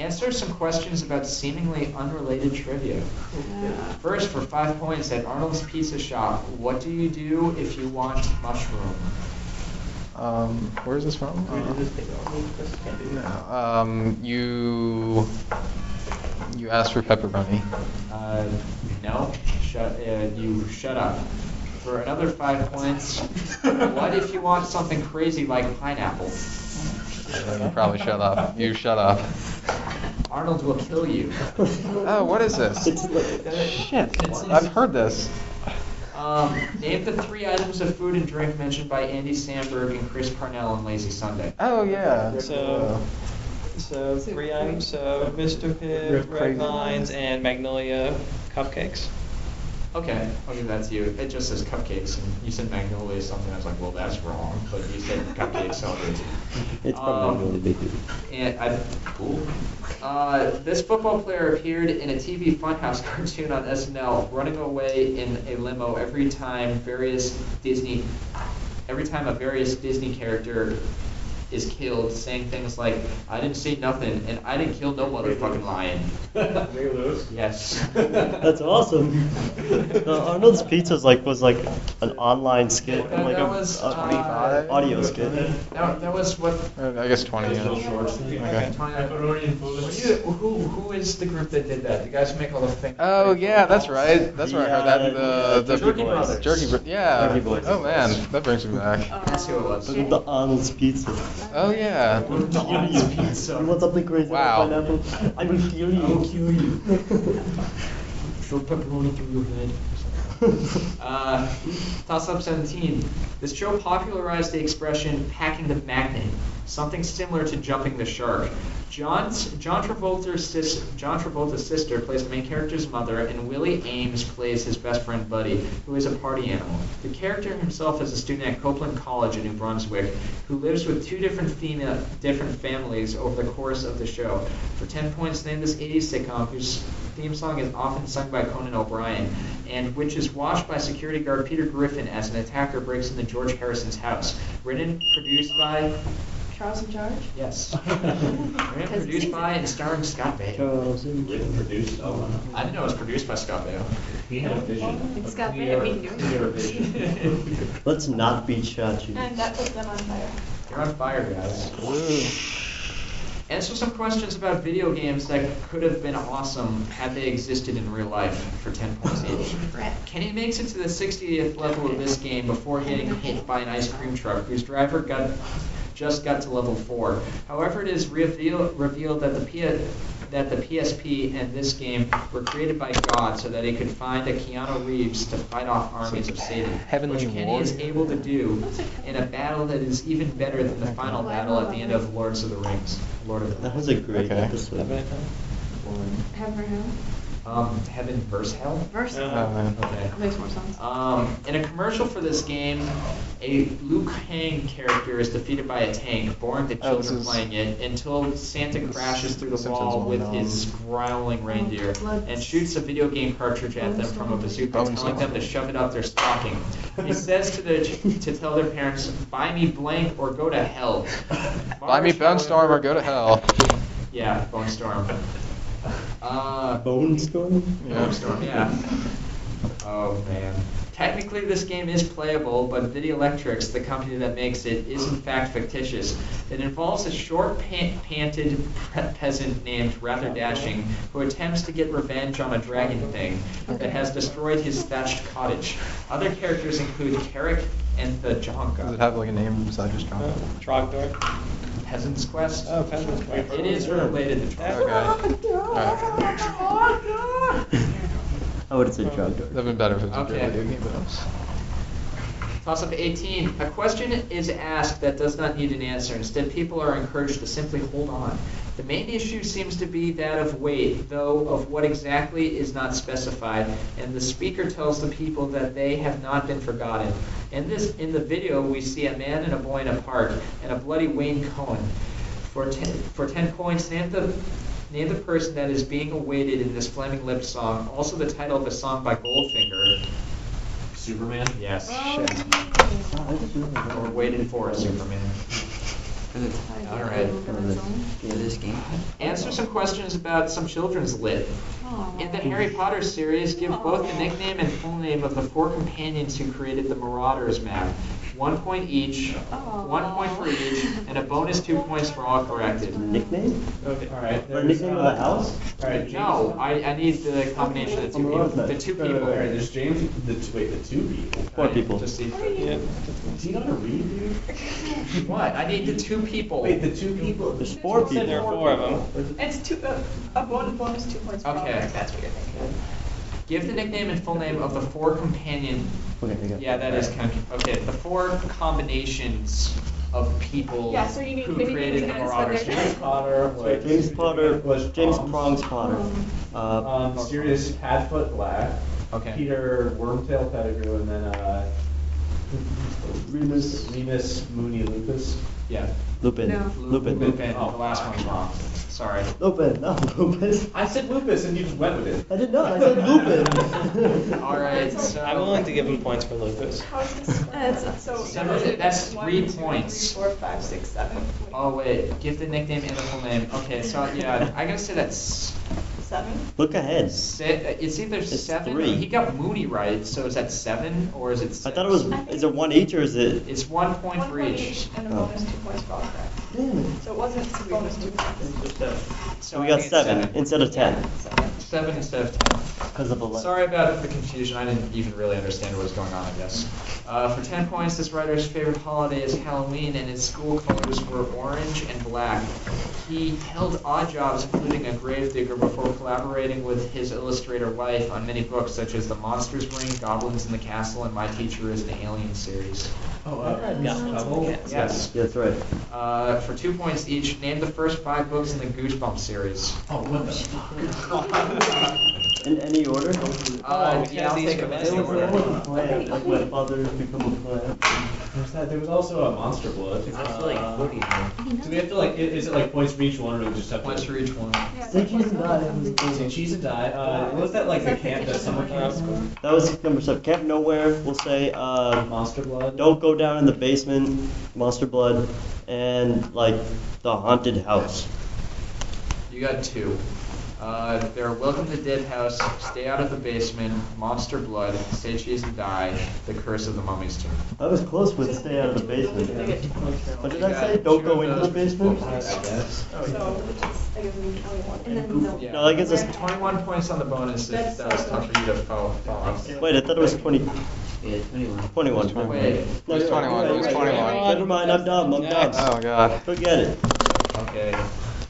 [SPEAKER 2] answer some questions about seemingly unrelated trivia.
[SPEAKER 5] Uh,
[SPEAKER 2] First, for five points at Arnold's Pizza Shop, what do you do if you want mushroom?
[SPEAKER 3] Um, where is this from?
[SPEAKER 8] Oh,
[SPEAKER 3] Uh, no. Um, you you asked for pepperoni.
[SPEAKER 2] Uh, no, shut, uh, you shut up. For another five points, what if you want something crazy like pineapple?
[SPEAKER 3] Uh, you probably shut up. You shut up.
[SPEAKER 2] Arnold will kill you.
[SPEAKER 3] Oh, what is this?
[SPEAKER 6] It's like,
[SPEAKER 3] Shit. I've heard this.
[SPEAKER 2] Um, name the three items of food and drink mentioned by Andy Samberg and Chris Parnell in Lazy Sunday.
[SPEAKER 3] Oh yeah.
[SPEAKER 7] So- So three items, so Mr. Pibb, Red Vines, and Magnolia Cupcakes.
[SPEAKER 2] Okay, I'll give that to you. It just says cupcakes, and you said magnolia something. I was like, well, that's wrong, but you said cupcakes, so I'll give it to you. Um,
[SPEAKER 6] it's probably really big.
[SPEAKER 2] And I, ooh. Uh, this football player appeared in a TV Funhouse cartoon on SNL, running away in a limo every time various Disney, every time a various Disney character is killed, saying things like, I didn't see nothing, and I didn't kill no motherfucking lion.
[SPEAKER 8] Ray Lewis.
[SPEAKER 2] Yes.
[SPEAKER 6] That's awesome. No, Uh, Arnold's Pizzas like was like an online skit,
[SPEAKER 2] That-
[SPEAKER 6] like
[SPEAKER 2] that
[SPEAKER 6] a,
[SPEAKER 2] was,
[SPEAKER 6] a-
[SPEAKER 2] uh,
[SPEAKER 6] an audio skit.
[SPEAKER 2] That, that was what.
[SPEAKER 3] Uh, I guess 20.
[SPEAKER 8] There's no
[SPEAKER 3] Yeah.
[SPEAKER 8] shorts.
[SPEAKER 3] Okay.
[SPEAKER 8] Pepperoni and
[SPEAKER 2] What
[SPEAKER 8] bullets.
[SPEAKER 2] do you, who, who is the group that did that? The guys who make all the things.
[SPEAKER 3] Oh yeah, that's right. That's where I heard that.
[SPEAKER 6] The,
[SPEAKER 3] The,
[SPEAKER 6] uh,
[SPEAKER 3] the
[SPEAKER 6] Jerky
[SPEAKER 2] Brothers.
[SPEAKER 3] Jerky Bro- yeah.
[SPEAKER 6] Jerky Boys.
[SPEAKER 3] Oh man, that brings me back.
[SPEAKER 2] That's who it was.
[SPEAKER 6] The,
[SPEAKER 5] uh,
[SPEAKER 6] the Arnold's Pizza.
[SPEAKER 3] Oh yeah.
[SPEAKER 6] I would kill
[SPEAKER 2] Arnold's
[SPEAKER 6] you.
[SPEAKER 2] Pizza.
[SPEAKER 6] You want something crazy? like
[SPEAKER 3] Wow.
[SPEAKER 6] Pineapple? I will kill you. I will kill you.
[SPEAKER 2] Throw pepperoni through your head. Uh, toss up 17. This show popularized the expression packing the magnet, something similar to jumping the shark. John's, John, Travolta's sis, John Travolta's sister plays the main character's mother, and Willie Ames plays his best friend Buddy, who is a party animal. The character himself is a student at Copeland College in New Brunswick, who lives with two different female, different families over the course of the show. For 10 points, name this 80s sitcom whose theme song is often sung by Conan O'Brien, and which is watched by security guard Peter Griffin as an attacker breaks into George Harrison's house. Written, produced by,
[SPEAKER 5] Charles in charge?
[SPEAKER 2] yes, written, produced by, and starring Scott Baio.
[SPEAKER 6] Charles and
[SPEAKER 4] Written, produced, oh, wow.
[SPEAKER 2] I didn't know it was produced by Scott Baio.
[SPEAKER 4] He had a vision.
[SPEAKER 5] It's
[SPEAKER 4] a
[SPEAKER 5] got
[SPEAKER 4] clear-
[SPEAKER 5] red, we can do it.
[SPEAKER 4] clear vision.
[SPEAKER 6] Let's not be Chachi.
[SPEAKER 9] And that put them on fire.
[SPEAKER 2] You're on fire, guys.
[SPEAKER 3] Woo.
[SPEAKER 2] And so some questions about video games that could have been awesome had they existed in real life for 10 points each. Kenny makes it to the 60th level of this game before getting hit by an ice cream truck whose driver got just got to level 4. However, it is reveal, revealed that the P- that the PSP and this game were created by God so that he could find a Keanu Reeves to fight off armies of Satan,
[SPEAKER 1] Heavenly
[SPEAKER 2] which Kenny
[SPEAKER 1] War?
[SPEAKER 2] is able to do in a battle that is even better than the final battle at the end of Lords of the Rings. Lord of the
[SPEAKER 6] That was a great
[SPEAKER 3] Okay.
[SPEAKER 6] episode.
[SPEAKER 5] Heaven or hell?
[SPEAKER 2] Um, heaven versus hell.
[SPEAKER 5] Verse?
[SPEAKER 3] Oh man.
[SPEAKER 2] Okay.
[SPEAKER 5] That makes more sense.
[SPEAKER 2] Um, in a commercial for this game, a Liu Kang character is defeated by a tank, boring the
[SPEAKER 3] Oh, this
[SPEAKER 2] children
[SPEAKER 3] is-
[SPEAKER 2] playing it, until Santa
[SPEAKER 3] This
[SPEAKER 2] crashes through the
[SPEAKER 3] Simpsons
[SPEAKER 2] wall
[SPEAKER 3] one,
[SPEAKER 2] with
[SPEAKER 3] um,
[SPEAKER 2] his growling reindeer
[SPEAKER 5] Blood-
[SPEAKER 2] and shoots a video game cartridge at them from a bazooka,
[SPEAKER 3] Bone
[SPEAKER 2] telling them to
[SPEAKER 3] Saw.
[SPEAKER 2] shove it up their stocking. He says to their to tell their parents, "Buy me blank or go to hell."
[SPEAKER 3] Buy me Bone Storm or go to hell.
[SPEAKER 2] Yeah, Bone Storm. Uh,
[SPEAKER 6] Bone Storm?
[SPEAKER 3] Yeah.
[SPEAKER 2] Storm, yeah. Oh man. Technically, this game is playable, but Video Electrics, the company that makes it, is in fact fictitious. It involves a short, pant- panted pre- peasant named Rather Dashing who attempts to get revenge on a dragon thing that has destroyed his thatched cottage. Other characters include Carrick and the
[SPEAKER 3] Does it
[SPEAKER 2] Jonka.
[SPEAKER 3] have like a name besides just John?
[SPEAKER 8] Trogdor.
[SPEAKER 2] Peasant's Quest.
[SPEAKER 8] Oh, Peasant's Quest.
[SPEAKER 2] It is related to Trogdor.
[SPEAKER 6] Uh,
[SPEAKER 3] Okay. Alright.
[SPEAKER 6] I would have said Jogdor.
[SPEAKER 3] That'd been better if it was a
[SPEAKER 2] Okay.
[SPEAKER 3] video game, but it was-
[SPEAKER 2] Toss up 18. A question is asked that does not need an answer. Instead, people are encouraged to simply hold on. The main issue seems to be that of weight, though of what exactly is not specified, and the speaker tells the people that they have not been forgotten. In this in the video we see a man and a boy in a park and a bloody Wayne Cohen. For 10, for 10 points, name the, name the person that is being awaited in this Flaming Lips song, also the title of a song by Goldfinger.
[SPEAKER 4] Superman?
[SPEAKER 2] Yes. Shit. Or waited for a Superman. All right. Answer some questions about some children's lit. In the Harry Potter series, give both the nickname and full name of the four companions who created the Marauders map. One point each, one point for each, and a bonus two points for all corrected.
[SPEAKER 6] Nickname?
[SPEAKER 8] Okay, all right.
[SPEAKER 6] Or nickname of the
[SPEAKER 4] uh,
[SPEAKER 6] house?
[SPEAKER 8] All right, James.
[SPEAKER 2] No, I, I need the combination of the two people. The two
[SPEAKER 4] Wait, wait, wait,
[SPEAKER 2] people.
[SPEAKER 4] all right, there's James, the, t- wait, the two people.
[SPEAKER 6] Four people.
[SPEAKER 2] Just see.
[SPEAKER 8] Yeah.
[SPEAKER 4] Is he not a read, dude?
[SPEAKER 2] What? I need the two people.
[SPEAKER 4] Wait, the two people.
[SPEAKER 6] There's four
[SPEAKER 8] Said there are
[SPEAKER 6] people.
[SPEAKER 8] four of them.
[SPEAKER 9] It's two, uh, a bonus, bonus two points for all,
[SPEAKER 2] Okay.
[SPEAKER 9] like, that's what you're thinking.
[SPEAKER 2] Give the nickname and full name of the four companion
[SPEAKER 6] Okay, there you go.
[SPEAKER 2] Yeah, that is kind of okay. The four combinations of people
[SPEAKER 9] Yeah, so you need-
[SPEAKER 2] who
[SPEAKER 9] maybe you
[SPEAKER 2] created
[SPEAKER 9] need
[SPEAKER 2] the
[SPEAKER 9] to answer
[SPEAKER 2] Marauders.
[SPEAKER 9] there.
[SPEAKER 4] James Potter
[SPEAKER 6] So
[SPEAKER 4] was.
[SPEAKER 6] James Potter
[SPEAKER 4] was
[SPEAKER 6] James
[SPEAKER 4] Tom.
[SPEAKER 6] Prongs Potter. Uh,
[SPEAKER 4] Um, Sirius Hatfoot Black,
[SPEAKER 2] Okay.
[SPEAKER 4] Peter Wormtail Pettigrew, and then, uh,
[SPEAKER 6] Remus,
[SPEAKER 4] Remus, Mooney, and Lupus.
[SPEAKER 2] Yeah.
[SPEAKER 6] Lupin.
[SPEAKER 5] No.
[SPEAKER 6] Lupin.
[SPEAKER 2] Lupin. Oh, the last one's wrong. Sorry.
[SPEAKER 6] Lupin, not Lupus.
[SPEAKER 4] I said Lupus, and you just went with it.
[SPEAKER 6] I did not. I said Lupin.
[SPEAKER 2] All right. So
[SPEAKER 7] I'm willing to give him points for Lupus.
[SPEAKER 9] How's this
[SPEAKER 5] That's-
[SPEAKER 9] So
[SPEAKER 2] Seven.
[SPEAKER 9] is it
[SPEAKER 2] That's
[SPEAKER 9] one,
[SPEAKER 2] three
[SPEAKER 9] two, three,
[SPEAKER 2] points.
[SPEAKER 9] four, five, six, seven?
[SPEAKER 2] Oh wait, give the nickname and the full name. Okay, so yeah, I gotta say that's
[SPEAKER 9] Seven?
[SPEAKER 6] Look ahead.
[SPEAKER 2] si- it's either seven.
[SPEAKER 6] three.
[SPEAKER 2] He got Mooney right, so is that seven or is it? Six?
[SPEAKER 6] I thought it was. Is it one each or is it?
[SPEAKER 2] It's one point
[SPEAKER 9] One
[SPEAKER 2] for
[SPEAKER 9] point
[SPEAKER 2] each.
[SPEAKER 9] each and a
[SPEAKER 6] Oh.
[SPEAKER 9] bonus two points for all correct.
[SPEAKER 6] Damn it.
[SPEAKER 9] So it wasn't bonus two points.
[SPEAKER 8] Just a-
[SPEAKER 2] So
[SPEAKER 6] So we
[SPEAKER 2] I
[SPEAKER 6] got
[SPEAKER 2] think it's
[SPEAKER 6] seven instead of ten
[SPEAKER 9] Seven.
[SPEAKER 2] Seven instead of ten.
[SPEAKER 6] because of the left.
[SPEAKER 2] Sorry about the confusion. I didn't even really understand what was going on, I guess. Uh, for 10 points, this writer's favorite holiday is Halloween, and his school colors were orange and black. He held odd jobs, including a gravedigger, before collaborating with his illustrator wife on many books, such as The Monsters Ring, Goblins in the Castle, and My Teacher is an Alien series.
[SPEAKER 4] Oh, I read
[SPEAKER 2] Yes.
[SPEAKER 6] Yeah, that's right.
[SPEAKER 2] Uh, for two points each, name the first five books in the Goosebumps series.
[SPEAKER 4] Oh, what the fuck?
[SPEAKER 6] In any order?
[SPEAKER 2] Uh,
[SPEAKER 7] we
[SPEAKER 2] yeah,
[SPEAKER 7] got
[SPEAKER 2] I'll
[SPEAKER 7] these
[SPEAKER 2] take
[SPEAKER 7] for
[SPEAKER 2] them in
[SPEAKER 7] Matthew.
[SPEAKER 2] any order.
[SPEAKER 6] a plan. Like my father become a plan.
[SPEAKER 4] There's that. There was also a monster blood. Uh, Do we have to like? i- Is it like points for each one, or do we just have
[SPEAKER 2] Points
[SPEAKER 4] to?
[SPEAKER 2] for each one.
[SPEAKER 6] Say cheese and die. That was
[SPEAKER 4] Say
[SPEAKER 6] cool.
[SPEAKER 4] cheese and die. Uh, what was that like? The camp, the summer camp.
[SPEAKER 6] That was number seven. Camp nowhere. We'll say. Uh,
[SPEAKER 4] Monster blood.
[SPEAKER 6] don't go down in the basement. Monster blood, and like the haunted house.
[SPEAKER 2] You got two. Uh, they're Welcome to Dead House, Stay Out of the Basement, Monster Blood, Say Cheese and Die, The Curse of the Mummy's Tomb.
[SPEAKER 6] I was close with stay out of the
[SPEAKER 9] They get
[SPEAKER 6] basement.
[SPEAKER 9] two points for all.
[SPEAKER 6] What did
[SPEAKER 2] You
[SPEAKER 6] I
[SPEAKER 2] got
[SPEAKER 6] say? Don't
[SPEAKER 2] two of
[SPEAKER 6] go into the
[SPEAKER 2] those
[SPEAKER 6] basement.
[SPEAKER 2] books.
[SPEAKER 4] I guess.
[SPEAKER 9] So, which is, I guess we can count one.
[SPEAKER 5] And then the-
[SPEAKER 2] Yeah.
[SPEAKER 6] No, that gives us.
[SPEAKER 2] Twenty-one points on the bonus if
[SPEAKER 9] That's
[SPEAKER 2] that was tough for you to follow. follow.
[SPEAKER 6] Wait, I thought it was twenty.
[SPEAKER 7] Yeah, 21.
[SPEAKER 6] 21.
[SPEAKER 2] Wait,
[SPEAKER 6] No,
[SPEAKER 1] It was
[SPEAKER 6] you're right,
[SPEAKER 1] 21,
[SPEAKER 6] you're
[SPEAKER 1] it was
[SPEAKER 6] right, you're
[SPEAKER 1] 21.
[SPEAKER 6] right. Never mind, I'm dumb. I'm dumb.
[SPEAKER 7] Next.
[SPEAKER 3] Oh, God.
[SPEAKER 6] Forget it.
[SPEAKER 2] okay.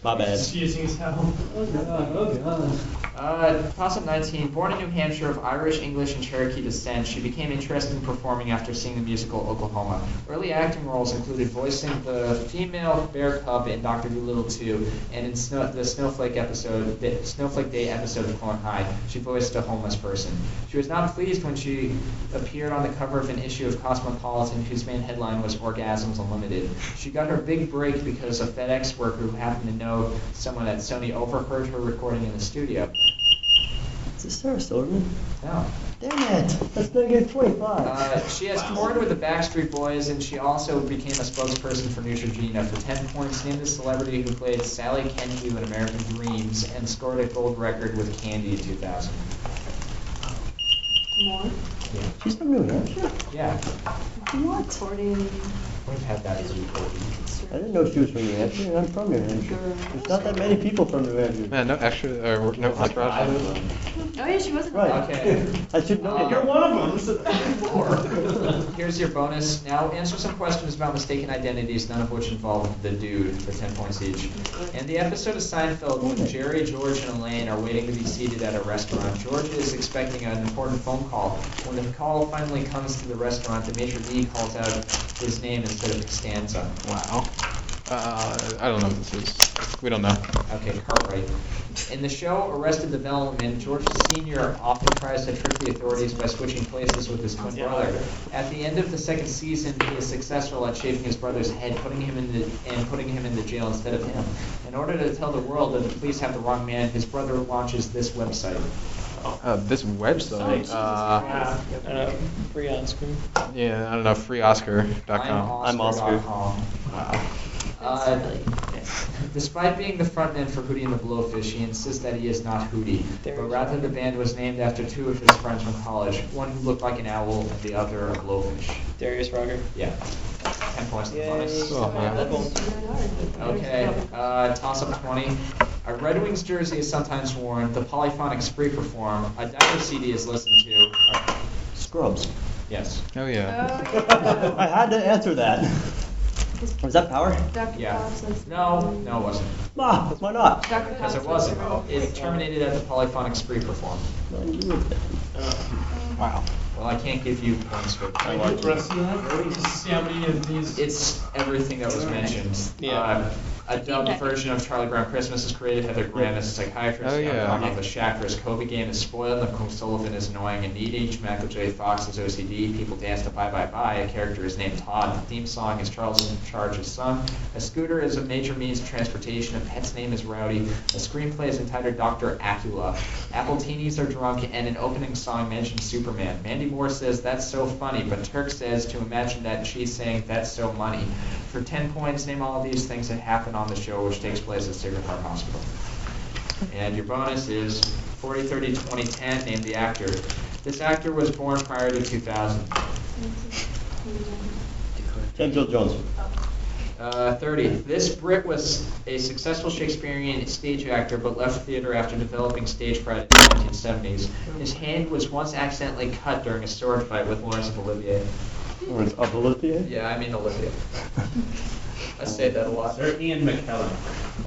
[SPEAKER 6] My bad.
[SPEAKER 8] Excusing as hell.
[SPEAKER 4] Oh,
[SPEAKER 2] Uh, Possum 19, born in New Hampshire of Irish, English, and Cherokee descent, she became interested in performing after seeing the musical Oklahoma. Early acting roles included voicing the female bear cub in Doctor Dolittle 2 and in Snow- the Snowflake episode, the Snowflake Day episode of Clone High. She voiced a homeless person. She was not pleased when she appeared on the cover of an issue of Cosmopolitan, whose main headline was Orgasms Unlimited. She got her big break because a FedEx worker who happened to know someone at Sony overheard her recording in the studio.
[SPEAKER 6] Is this Sarah Silverman?
[SPEAKER 2] No.
[SPEAKER 6] Damn it. That's negative 25.
[SPEAKER 2] Uh, she has toured with the Backstreet Boys, and she also became a spokesperson for Neutrogena. For 10 points, name the celebrity who played Sally Kenhue in American Dreams and scored a gold record with Candy in 2000.
[SPEAKER 5] More?
[SPEAKER 6] She's from New Hampshire?
[SPEAKER 2] Yeah,
[SPEAKER 5] What? Sorting,
[SPEAKER 2] we've had that as before.
[SPEAKER 6] I didn't know she was from New Hampshire, and I'm from New Hampshire. There's not that many people from New Hampshire.
[SPEAKER 3] Man, no extra, or no entourage. in this?
[SPEAKER 5] oh yeah, she wasn't.
[SPEAKER 6] Right.
[SPEAKER 2] Okay.
[SPEAKER 6] I should know.
[SPEAKER 2] Uh,
[SPEAKER 6] that.
[SPEAKER 2] You're
[SPEAKER 4] One of them. This is
[SPEAKER 2] Here's your bonus. Now answer some questions about mistaken identities, none of which involve the dude for 10 points each. In the episode of Seinfeld, when Jerry, George, and Elaine are waiting to be seated at a restaurant, George is expecting an important phone call. When the call finally comes to the restaurant, the maitre d' calls out his name instead of Costanza.
[SPEAKER 3] Wow. Uh, I don't know what this is. We don't know.
[SPEAKER 2] Okay, Cartwright. In the show Arrested Development, George Sr. often tries to trick the authorities by switching places with his twin brother. At the end of the second season, he is successful at shaving his brother's head, putting him in the and putting him in the jail instead of him. In order to tell the world that the police have the wrong man, his brother launches this website.
[SPEAKER 3] Uh, this website. Uh,
[SPEAKER 8] Uh,
[SPEAKER 7] Uh, free on screen.
[SPEAKER 3] yeah, I don't know. FreeOscar.com.
[SPEAKER 6] I'm Oscar.
[SPEAKER 2] Oscar.com.
[SPEAKER 3] Wow.
[SPEAKER 2] Uh, Despite being the frontman for Hootie and the Blowfish, he insists that he is not Hootie,
[SPEAKER 7] There
[SPEAKER 2] but
[SPEAKER 7] is-
[SPEAKER 2] rather the band was named after two of his friends from college, one who looked like an owl and the other a blowfish.
[SPEAKER 7] Darius Rucker.
[SPEAKER 2] Yeah. Ten points to the
[SPEAKER 7] Yay.
[SPEAKER 2] bonus.
[SPEAKER 3] Oh, man.
[SPEAKER 7] Local.
[SPEAKER 2] Okay, uh, toss up 20. A Red Wings jersey is sometimes worn, the polyphonic spree perform, a Dino CD is listened to. Uh,
[SPEAKER 6] Scrubs.
[SPEAKER 2] yes.
[SPEAKER 3] Oh yeah.
[SPEAKER 9] Oh,
[SPEAKER 6] I had to answer that. Was that power?
[SPEAKER 5] Dr.
[SPEAKER 2] uh, Yeah.
[SPEAKER 5] Thompson's-
[SPEAKER 2] No, no, it wasn't.
[SPEAKER 6] Ma, why not?
[SPEAKER 5] Dr.
[SPEAKER 2] Because it
[SPEAKER 5] Thompson's
[SPEAKER 2] wasn't.
[SPEAKER 5] role.
[SPEAKER 2] It terminated at the polyphonic spree perform.
[SPEAKER 3] Wow.
[SPEAKER 2] Well, I can't give you points for
[SPEAKER 8] I like to see how many of these.
[SPEAKER 2] It's everything that was mentioned.
[SPEAKER 7] Yeah.
[SPEAKER 2] Uh, A dubbed
[SPEAKER 5] Feedback.
[SPEAKER 2] version of Charlie Brown Christmas is created. Heather Graham is a psychiatrist.
[SPEAKER 3] Oh,
[SPEAKER 2] Young
[SPEAKER 3] yeah.
[SPEAKER 2] Dog the Shack for Kobe game is spoiled. Nicole Sullivan is annoying and needy. Michael J. Fox is OCD. People dance to Bye Bye Bye. A character is named Todd. The theme song is Charles in Charge's son. A scooter is a major means of transportation. A pet's name is Rowdy. A screenplay is entitled Dr. Acula. Appletinis are drunk, and an opening song mentions Superman. Mandy Moore says, That's so funny, but Turk says to imagine that she's saying, That's so money. For 10 points, name all of these things that happen on the show, which takes place at Sacred Heart Hospital. And your bonus is 40, 30, 20, 10, name the actor. This actor was born prior to 2000.
[SPEAKER 6] James Earl Jones.
[SPEAKER 2] Uh, 30. This Brit was a successful Shakespearean stage actor but left theater after developing stage fright in the 1970s. His hand was once accidentally cut during a sword fight with Laurence of Olivier.
[SPEAKER 6] Or it's up Olivia.
[SPEAKER 2] Yeah, I mean Olivier. I say that a lot.
[SPEAKER 4] Sir Ian McKellen.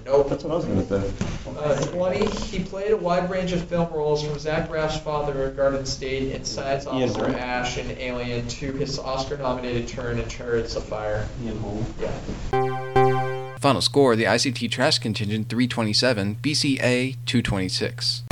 [SPEAKER 2] Nope.
[SPEAKER 6] That's what I was gonna say.
[SPEAKER 2] Uh, 20, he played a wide range of film roles from Zach Braff's father in Garden State, Inside's
[SPEAKER 6] Ian
[SPEAKER 2] Officer
[SPEAKER 6] Holm.
[SPEAKER 2] Ash in Alien, to his Oscar nominated turn in Chariots of Fire.
[SPEAKER 4] Ian Holm.
[SPEAKER 2] Yeah.
[SPEAKER 1] Final score the ICT Trash Contingent 327, BCA 226.